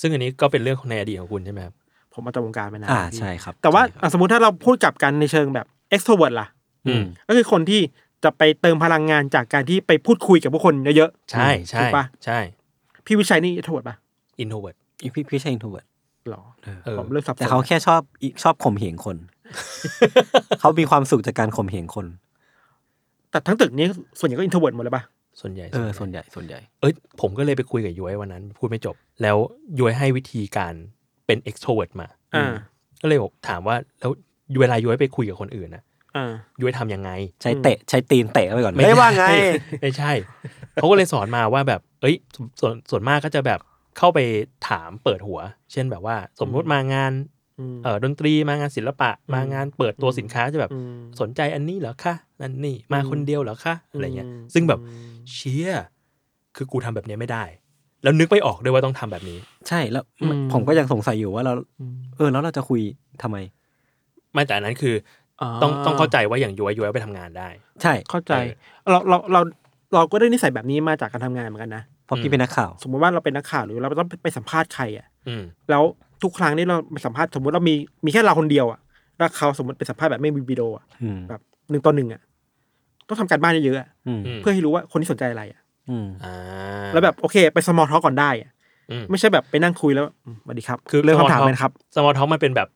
[SPEAKER 4] ซึ่งอันนี้ก็เป็นเรื่องของในอดีตของคุณใช่ไหมครับ
[SPEAKER 3] ผมเอาแต่วงการไปนะ
[SPEAKER 2] อ่าใช่ครับ
[SPEAKER 3] แต่ว่า
[SPEAKER 2] ใช่ครับ
[SPEAKER 3] อ่ะสมมติถ้าเราพูดกลับกันในเชิงแบบ extrovert ล่ะ
[SPEAKER 4] อืม
[SPEAKER 3] ก็คือคนที่จะไปเติมพลังงานจากการที่ไปพูดคุยกับผู้คนเยอะ
[SPEAKER 4] ใช่ใช่
[SPEAKER 3] ถูกปะ
[SPEAKER 4] ใช่
[SPEAKER 3] ๆพี่วิชัยนี่ extrovert ป่ะ
[SPEAKER 4] อินโทรเวิร์ด
[SPEAKER 2] พี่พี่ใช่อินโทรเวิร์ด
[SPEAKER 3] หรอ
[SPEAKER 4] เออ
[SPEAKER 3] ผมเริ่มสับส
[SPEAKER 2] แต่เขา
[SPEAKER 3] น
[SPEAKER 2] แค่ชอบชอบข่มเหงคน เขามีความสุขจากการข่มเหงคน
[SPEAKER 3] แต่ทั้งตึกนี้ส่วนใหญ่ก็ introvert หมดเลยป่ะ
[SPEAKER 4] ส่วนใหญ่
[SPEAKER 2] เออ ส่วนใหญ่ ส่วนใหญ่
[SPEAKER 4] เอ้ยผมก็เลยไปคุยกับย้อยวันนั้น พูดไม่จบ แล้วย้อยให้วิธีการเป็น extrovert มา
[SPEAKER 3] อ่า
[SPEAKER 4] ก็เลยบอกถามว่าแล้วเวลาย้อยไปคุยกับคนอื่นนะ
[SPEAKER 3] อ่า
[SPEAKER 4] ย้อยทำยังไง
[SPEAKER 2] ใช้เตะ ใช้ตีนเตะเข้าไปก่อน
[SPEAKER 4] ด้
[SPEAKER 2] ไม่ว่าไง
[SPEAKER 4] ไม่ใช่ เขาก็เลยสอนมาว่าแบบ เอ้ยสส่วนส่วนมากก็จะแบบเข้าไปถามเปิดหัว เช่นแบบว่า สมมติมางาน
[SPEAKER 3] อืม
[SPEAKER 4] เอ่อดนตรีมางานศิลปะ มางานเปิดตัวสินค้าจะแบบ
[SPEAKER 3] อืม
[SPEAKER 4] สนใจอันนี้เหรอคะนั่นนี่มาคนเดียวเหรอคะอะไรเงี้ย
[SPEAKER 3] อืม
[SPEAKER 4] ซึ่งแบบเชียคือกูทำแบบเนี้ยไม่ได้ แล้วนึกไม่ออกด้วยว่าต้องทำแบบนี้
[SPEAKER 2] ใช่ แล้ว
[SPEAKER 3] อืม
[SPEAKER 2] ผมก็ยังสงสัยอยู่ว่าเรา เออ แล้วเราจะคุยทำไม
[SPEAKER 4] ไม่แต่อันนั้นคืออต้องต้องเข้าใจว่าอย่างย้อยย้อยไปทำงานได้
[SPEAKER 2] ใช่
[SPEAKER 3] เข้าใจเราเราเราเราก็ได้นิสัยแบบนี้มาจากการทำงานเหมือนกันนะ
[SPEAKER 2] เพราะพี่เป็นนักข่าว
[SPEAKER 3] สมมุติว่าเราเป็นนักข่าวหรือเราต้องไปสัมภาษณ์ใครอ่ะ
[SPEAKER 4] อืม
[SPEAKER 3] แล้วทุกครั้งที่เราไปสัมภาษณ์สมมติเรามีมีแค่เราคนเดียวอ่ะแล้วเขาสมมติไปสัมภาษณ์แบบไม่มีวิดีโออ่ะ
[SPEAKER 2] อืม
[SPEAKER 3] แบบหนึ่งต่อหนึ่งอ่ะต้องทำการบ้านเยอะๆอะ
[SPEAKER 2] อืม
[SPEAKER 4] อืม
[SPEAKER 3] เพื่อให้รู้ว่าคนที่สนใจอะไรอ่ะ
[SPEAKER 2] อืม
[SPEAKER 4] อ่า
[SPEAKER 3] แล้วแบบโอเค ไปสมอลท็อกก่อนได้อ่ะ
[SPEAKER 4] อืม
[SPEAKER 3] ไม่ใช่แบบไปนั่งคุยแล้วอืมสวัสดีครับ
[SPEAKER 4] คือ
[SPEAKER 3] เรื่องคำถาม
[SPEAKER 4] small talk
[SPEAKER 3] เลยนะครับ
[SPEAKER 4] สมอลท็อกมันเป็นแบบ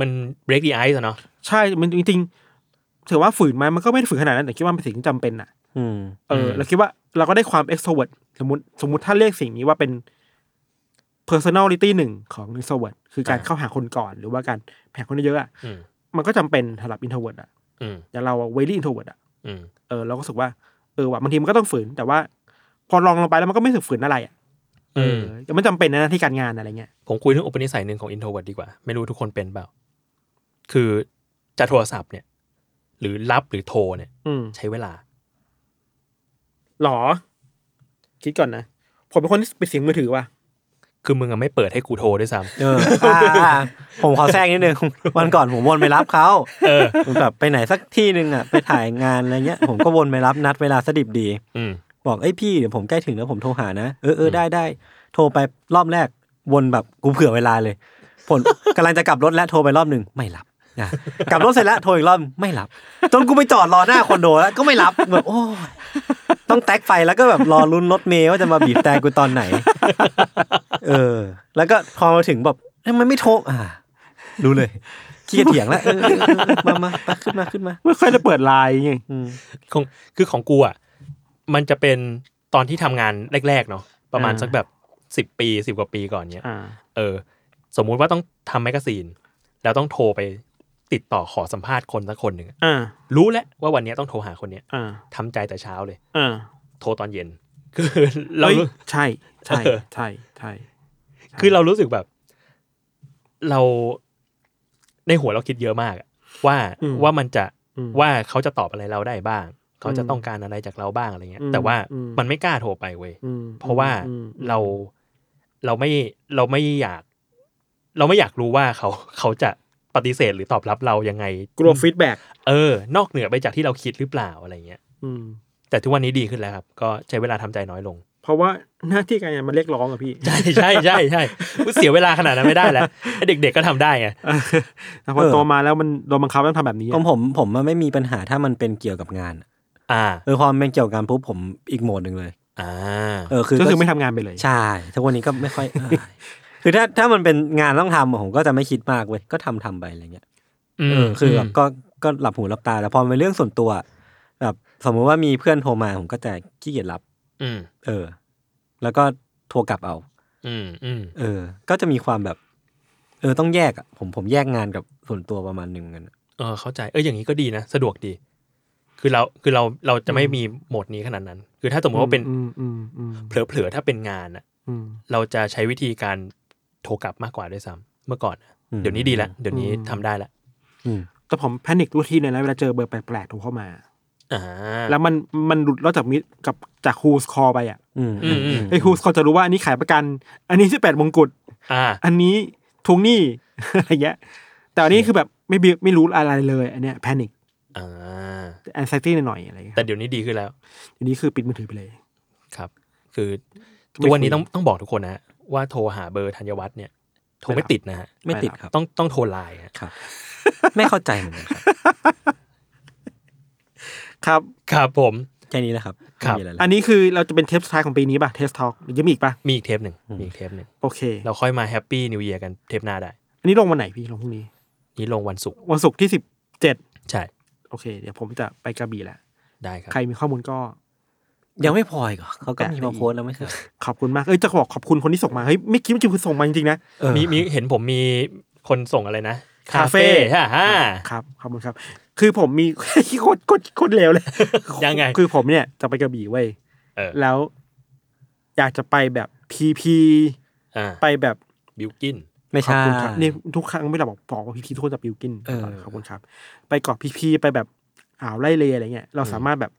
[SPEAKER 4] มัน break the ice อะเนาะ
[SPEAKER 3] ใช่มันจริงๆถือว่าฝืนไหมมันก็ไม่ได้ฝืนขนาดนั้นแต่คิดว่ามันเป็นสิ่งที่จำเป็นอ่ะ
[SPEAKER 2] อืม
[SPEAKER 3] เออเราคิดว่าเราก็ได้ความ extrovert สมมติสมมติถ้าเรียกสิ่งนี้ว่าเป็น personality หนึ่งของ introvert คือการเข้าหาคนก่อน หรือว่าการแผ่คนเยอะๆอะ
[SPEAKER 4] อืม
[SPEAKER 3] มันก็จำเป็นสำหรับ introvert อ่ะ
[SPEAKER 4] อืม
[SPEAKER 3] อย่างเราอะ very introvert อ่ะ
[SPEAKER 4] อืม
[SPEAKER 3] เออเราก็รู้สึกว่าเออว่ะบางทีมันก็ต้องฝืน แต่ว่า พอลองลงไปแล้วมันก็ไม่รู้สึกฝืนอะไรอ่ะเอ
[SPEAKER 4] อื
[SPEAKER 3] อ
[SPEAKER 4] ม
[SPEAKER 3] แต่มันจำเป็นนะที่การงานอะไรเงี้ย
[SPEAKER 4] ผมคุยเรื่องอุปนิสัยหนึ่งของ introvert ดีกว่า ไม่รู้ทุกคนเป็นเปล่า คือจะโทรศัพท์เนี่ย หรือรับหรือโทรเนี่ย
[SPEAKER 3] อืม
[SPEAKER 4] ใช้เวลา
[SPEAKER 3] หรอ คิดก่อนนะผมเป็นคนที่ปิดเสียงมือถือว่ะ
[SPEAKER 4] คือมึงอะไม่เปิดให้กูโทรด้วยซ้
[SPEAKER 2] เอออ่าอ่าผมขอแทรกนิดนึง วันก่อนผมวนไปรับเขา
[SPEAKER 4] ำเออ
[SPEAKER 2] ผมแบบไปไหนสักที่หนึ่งอ่ะ ไปถ่ายงานอะไรเงี้ย ผมก็วนไปรับนัดเวลาสดิบดี
[SPEAKER 4] อืม
[SPEAKER 2] บอกเอ้ยพี่เดี๋ยวผมใกล้ถึงแล้วผมโทรหานะ เออเออได้ได้ โทรไปรอบแรกวนแบบกูเผื่อเวลาเลย ผล กำลังจะกลับรถแล้วโทรไปรอบหนึ่งไม่รับนะกลับรถเสร็จแล้วโทรอีกรอบไม่รับ จนกูไปจอดรอหน้าคอนโดแล้วก็ไม่รับแบบโอ้ยต้องแท็กไฟแล้วก็แบบรอลุ้นรถเมย์ว่าจะมาบีบแต่กูตอนไหน เออ แล้วก็พอมาถึงแบบทำไมไม่โทรอ่ารู้เลยขี้เกียจเถียงแล้วเออเออเออมามามาขึ้นมาขึ้นมา
[SPEAKER 3] ไม่ค่อยได้เปิดไลน์ไง
[SPEAKER 2] อืม
[SPEAKER 4] ของคือของกูอ่ะมันจะเป็นตอนที่ทำงานแรกๆเนาะประมาณ
[SPEAKER 2] อ่า
[SPEAKER 4] สักแบบสิบปีสิบกว่าปีก่อนเนี้ย
[SPEAKER 3] อ่า
[SPEAKER 4] เออ สมมุติว่าต้องทำแมกกาซีน แล้วต้องโทรไปติดต่อขอสัมภาษณ์คนสักคนหนึ่งอะ
[SPEAKER 3] อ่า
[SPEAKER 4] รู้แล้วว่าวันเนี้ยต้องโทรหาคนเนี้ย
[SPEAKER 3] อ่า
[SPEAKER 4] ทำใจแต่เช้าเลย
[SPEAKER 3] อ่า
[SPEAKER 4] โทรตอนเย็น คือเรา
[SPEAKER 3] เฮ้ย
[SPEAKER 4] รู้
[SPEAKER 3] ใช่ใช่
[SPEAKER 4] เออ
[SPEAKER 3] ใช่ใช่
[SPEAKER 4] คือเรารู้สึกแบบ เราในหัวเราคิดเยอะมากอะว่าว่ามันจะ
[SPEAKER 3] อืม
[SPEAKER 4] ว่าเขาจะตอบอะไรเราได้บ้าง เขาจะ
[SPEAKER 3] อืม
[SPEAKER 4] ต้องการอะไรจากเราบ้างอะไรเงี้ย
[SPEAKER 3] อืม
[SPEAKER 4] แต่ว่า
[SPEAKER 3] อืม
[SPEAKER 4] มันไม่กล้าโทรไปเว้ย
[SPEAKER 3] อืม
[SPEAKER 4] เพราะว่า
[SPEAKER 3] อืม
[SPEAKER 4] เราเราไม่เราไม่อยาก เราไม่อยากรู้ว่าเขาเขาจะปฏิเสธหรือตอบรับเรายังไง
[SPEAKER 3] กลัวฟีดแบ็ก
[SPEAKER 4] เออ นอกเหนือไปจากที่เราคิดหรือเปล่าอะไรเงี้ย
[SPEAKER 3] อืม
[SPEAKER 4] แต่ทุกวันนี้ดีขึ้นแล้วครับ ก็ใช้เวลาทำใจน้อยลง
[SPEAKER 3] เพราะว่าหน้าที่การงานมันเรียกร้องอะพี่
[SPEAKER 4] ใช่ใช่ใช่ใช่อุ๊ยเสียเวลาขนาดนั้นไม่ได้แล้วไอ้เด็ก ๆก็ทำได้ไง
[SPEAKER 3] แต่พอ
[SPEAKER 2] เออ
[SPEAKER 3] โตมาแล้วมันโดนบังคับต้องทำแบบนี้
[SPEAKER 2] ขอ
[SPEAKER 3] อะ
[SPEAKER 2] งผมผมมันไม่มีปัญหาถ้ามันเป็นเกี่ยวกับงาน
[SPEAKER 4] อ่า
[SPEAKER 2] เออพอมันเป็นเกี่ยวกับงานปุ๊บผมอีกโหมดหนึ่งเลย
[SPEAKER 4] อ่า
[SPEAKER 2] เออคือ
[SPEAKER 3] ก็คือไม่ทำงานไปเลย
[SPEAKER 2] ใช่ทุกวันนี้ก็ไม่ค่อย เออคือถ้าถ้ามันเป็นงานต้องทำอะผมก็จะไม่คิดมากเว้ย ก็ทำทำไปอะไรเงี้ย
[SPEAKER 4] อื
[SPEAKER 2] เอ
[SPEAKER 4] ม
[SPEAKER 2] อคือแบบก็ก็หลับหูหลับตา แต่พอมันเป็นเรื่องส่วนตัว แบบสมมุติว่ามีเพื่อนโทรมาผมก็จะขี้เกียจรับ
[SPEAKER 4] อืม
[SPEAKER 2] เออ แล้วก็โทรกลับเอา
[SPEAKER 4] อืม อืม
[SPEAKER 2] เออ ก็จะมีความแบบ เออต้องแยกอะผมผมแยกงานกับส่วนตัวประมาณหนึ่งเหมือนกัน
[SPEAKER 4] เออ เข้าใจ เอออย่างนี้ก็ดีนะ สะดวกดี คือเรา คือเรา เราจะไม่มีโหมดนี้ขนาดนั้น คือถ้าสมมติว่าเป็น
[SPEAKER 3] อืมอืมอืม
[SPEAKER 4] เผลอๆ ถ้าเป็นงานอะ
[SPEAKER 3] อืม
[SPEAKER 4] เราจะใช้วิธีการโทรกลับมากกว่าด้วยซ้ำเมื่อก่อนอะ
[SPEAKER 2] อืม
[SPEAKER 4] เดี๋ยวนี้ดีละ เดี๋ยวนี้
[SPEAKER 3] อืม
[SPEAKER 4] ทำได้ละ
[SPEAKER 2] อืม
[SPEAKER 3] แต่ผมแพนิคทุกทีเลยนะเวลาเจอเบอร์แปลกๆโทรเข้ามา
[SPEAKER 4] อ่า
[SPEAKER 3] แล้วมันมันหลุดแล้วจากมิตรกับจากฮูสคอไปอ่ะ
[SPEAKER 2] อืม
[SPEAKER 4] อืมอืม
[SPEAKER 3] ไอ้ฮูสคอจะรู้ว่าอันนี้ขายประกัน อันนี้ที่แปดมงกุฎ
[SPEAKER 4] อ่า
[SPEAKER 3] อันนี้ทวงหนี้ อะไรเงี้ยแต่อันนี้คือแบบไม่บิไม่รู้อะไรเลย อันเนี้ยแพนิค
[SPEAKER 4] อ่า
[SPEAKER 3] แอนไซตี้หน่อยๆอะไรเงี้ย
[SPEAKER 4] แต่เดี๋ยวนี้ดีขึ้นแล้ว
[SPEAKER 3] อันนี้คือปิดมือถือไปเลย
[SPEAKER 4] ครับ คือตัวนนี้ต้อง ต้องบอกทุกคนนะฮะว่าโทรหาเบอร์ธัญวัฒน์เนี่ย โทรไม่ติดนะฮะ
[SPEAKER 2] ไม่ติดครับ
[SPEAKER 4] ต้อง ต้องโทรไลน์ฮะ
[SPEAKER 2] ครับ ไม่เข้าใจเหมือนกันครับ
[SPEAKER 3] ครับ
[SPEAKER 4] ครับผม
[SPEAKER 2] แค่นี้แหละครับ
[SPEAKER 4] ครับ
[SPEAKER 2] ไม่มีอะไร
[SPEAKER 3] อั
[SPEAKER 2] ละ
[SPEAKER 3] นนี้คือเราจะเป็นเทปสุดท้ายของปีนี้ป่ะเทสทอล์กยังมีอีกป่ะ
[SPEAKER 4] มีอีกเทปหนึ่งมีอีกเทปหนึ่ง
[SPEAKER 3] โอเค
[SPEAKER 4] เราค่อยมาแฮปปี้นิวเ a ียร์กันเทปหน้าได้
[SPEAKER 3] อันนี้ลงวันไหนพี่ลงพรุ่งนี้
[SPEAKER 4] นี่ลงวันศุกร์
[SPEAKER 3] วันศุกร์ที่สิบเจ็ด
[SPEAKER 4] ใช่
[SPEAKER 3] โอเค เดี๋ยวผมจะไปกระบี่แล้ว
[SPEAKER 4] ได้ครับ
[SPEAKER 3] ใครมีข้อมูลก็
[SPEAKER 2] ยังไม่พออีกเหรอเขาก็มีมาโพสต์แล้วไม่ใช่เหรอ
[SPEAKER 3] ขอบคุณมาก เอ้ยจะบอกขอบคุณคนที่ส่งมา เฮ้ยไม่คิดว่าจะคุณส่งมาจริงๆนะ
[SPEAKER 2] เออ
[SPEAKER 4] มีมีเห็นผมมีคนส่งอะไรนะ
[SPEAKER 3] คาเฟ่
[SPEAKER 4] ฮ่าฮ่า
[SPEAKER 3] ครับ ขอบคุณครับ คือผมมี โคตรโคตรโคตรเลวเลย
[SPEAKER 4] ยังไง
[SPEAKER 3] คือผมเนี่ยจะไปกระบี่เว้ย
[SPEAKER 4] เออ
[SPEAKER 3] แล้ว อยากจะไปแบบพีพี
[SPEAKER 4] อ่า
[SPEAKER 3] ไปแบบ
[SPEAKER 4] บิวกิน
[SPEAKER 2] ไม่
[SPEAKER 3] ขอบ
[SPEAKER 2] ใช่
[SPEAKER 3] คุณครับนี่ทุกครั้งไม่ได้บอกบอกว่าพีพีทุกคนจะบิวกิน
[SPEAKER 2] เออ
[SPEAKER 3] ขอบคุณครับ ไปเกาะพีพีไปแบบอ่าวไร่เลอะไรเงี้ย เราสามารถแบบ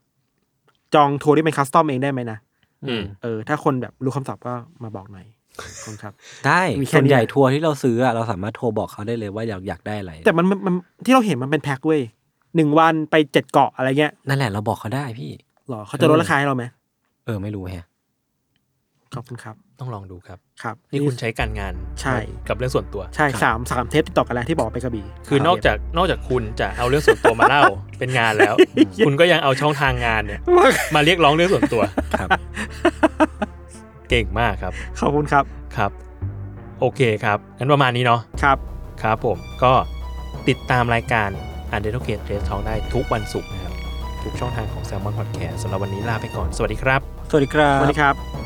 [SPEAKER 3] จองทัวร์ที่เป็นคัสตอมเองได้ไหมนะ
[SPEAKER 4] อืม
[SPEAKER 3] เออ ถ้าคนแบบรู้คำตอบก็มาบอกหน่อยขอบคุณครับ
[SPEAKER 2] ได้
[SPEAKER 3] มีแค่
[SPEAKER 2] ส่
[SPEAKER 3] นี้
[SPEAKER 2] วนใหญ่ทัวร์ที่เราซื้ออะเราสามารถโทรบอกเขาได้เลยว่าอยากอยากได้อะไร
[SPEAKER 3] แต่มันมันมันที่เราเห็นมันเป็นแพ็คเว้ยหนึ่งวันไปเจ็ดเกาะอะไรเงี้ย
[SPEAKER 2] นั่นแหละเราบอกเขาได้พี่
[SPEAKER 3] หรอเขาจะลดราคาให้เราไหม
[SPEAKER 2] เออไม่รู้แฮะ
[SPEAKER 3] ขอบคุณครับ
[SPEAKER 4] ต้องลองดูครับ
[SPEAKER 3] ครับ
[SPEAKER 4] นี่คุณใช้การงาน
[SPEAKER 3] ใช่
[SPEAKER 4] กับเรื่องส่วนตัว
[SPEAKER 3] ใช่สามสามเทปติดต่อกันแล้วที่บอกไปกระบี่
[SPEAKER 4] คือนอกจากนอกจากคุณจะเอาเรื่องส่วนตัวมาเล่า เป็นงานแล้ว คุณก็ยังเอาช่องทางงานเนี่ย มาเรียกร้องเรื่องส่วนตัว
[SPEAKER 2] ครับ
[SPEAKER 4] เก่งมากครับ
[SPEAKER 3] ขอบคุณครับ
[SPEAKER 4] ครับ โอเคครับงั้นประมาณนี้เนาะ
[SPEAKER 3] ครับ
[SPEAKER 4] ครับผมก็ติดตามรายการ u n d e r t a l e Trace Talk ได้ทุกวันศุกร์นะครับ ทุกช่องทางของ Salmon Podcast สำหรับวันนี้ลาไปก่อน สวัสดีครับ
[SPEAKER 2] สวัสดีครับ
[SPEAKER 3] สวัสดีครับ
[SPEAKER 4] บ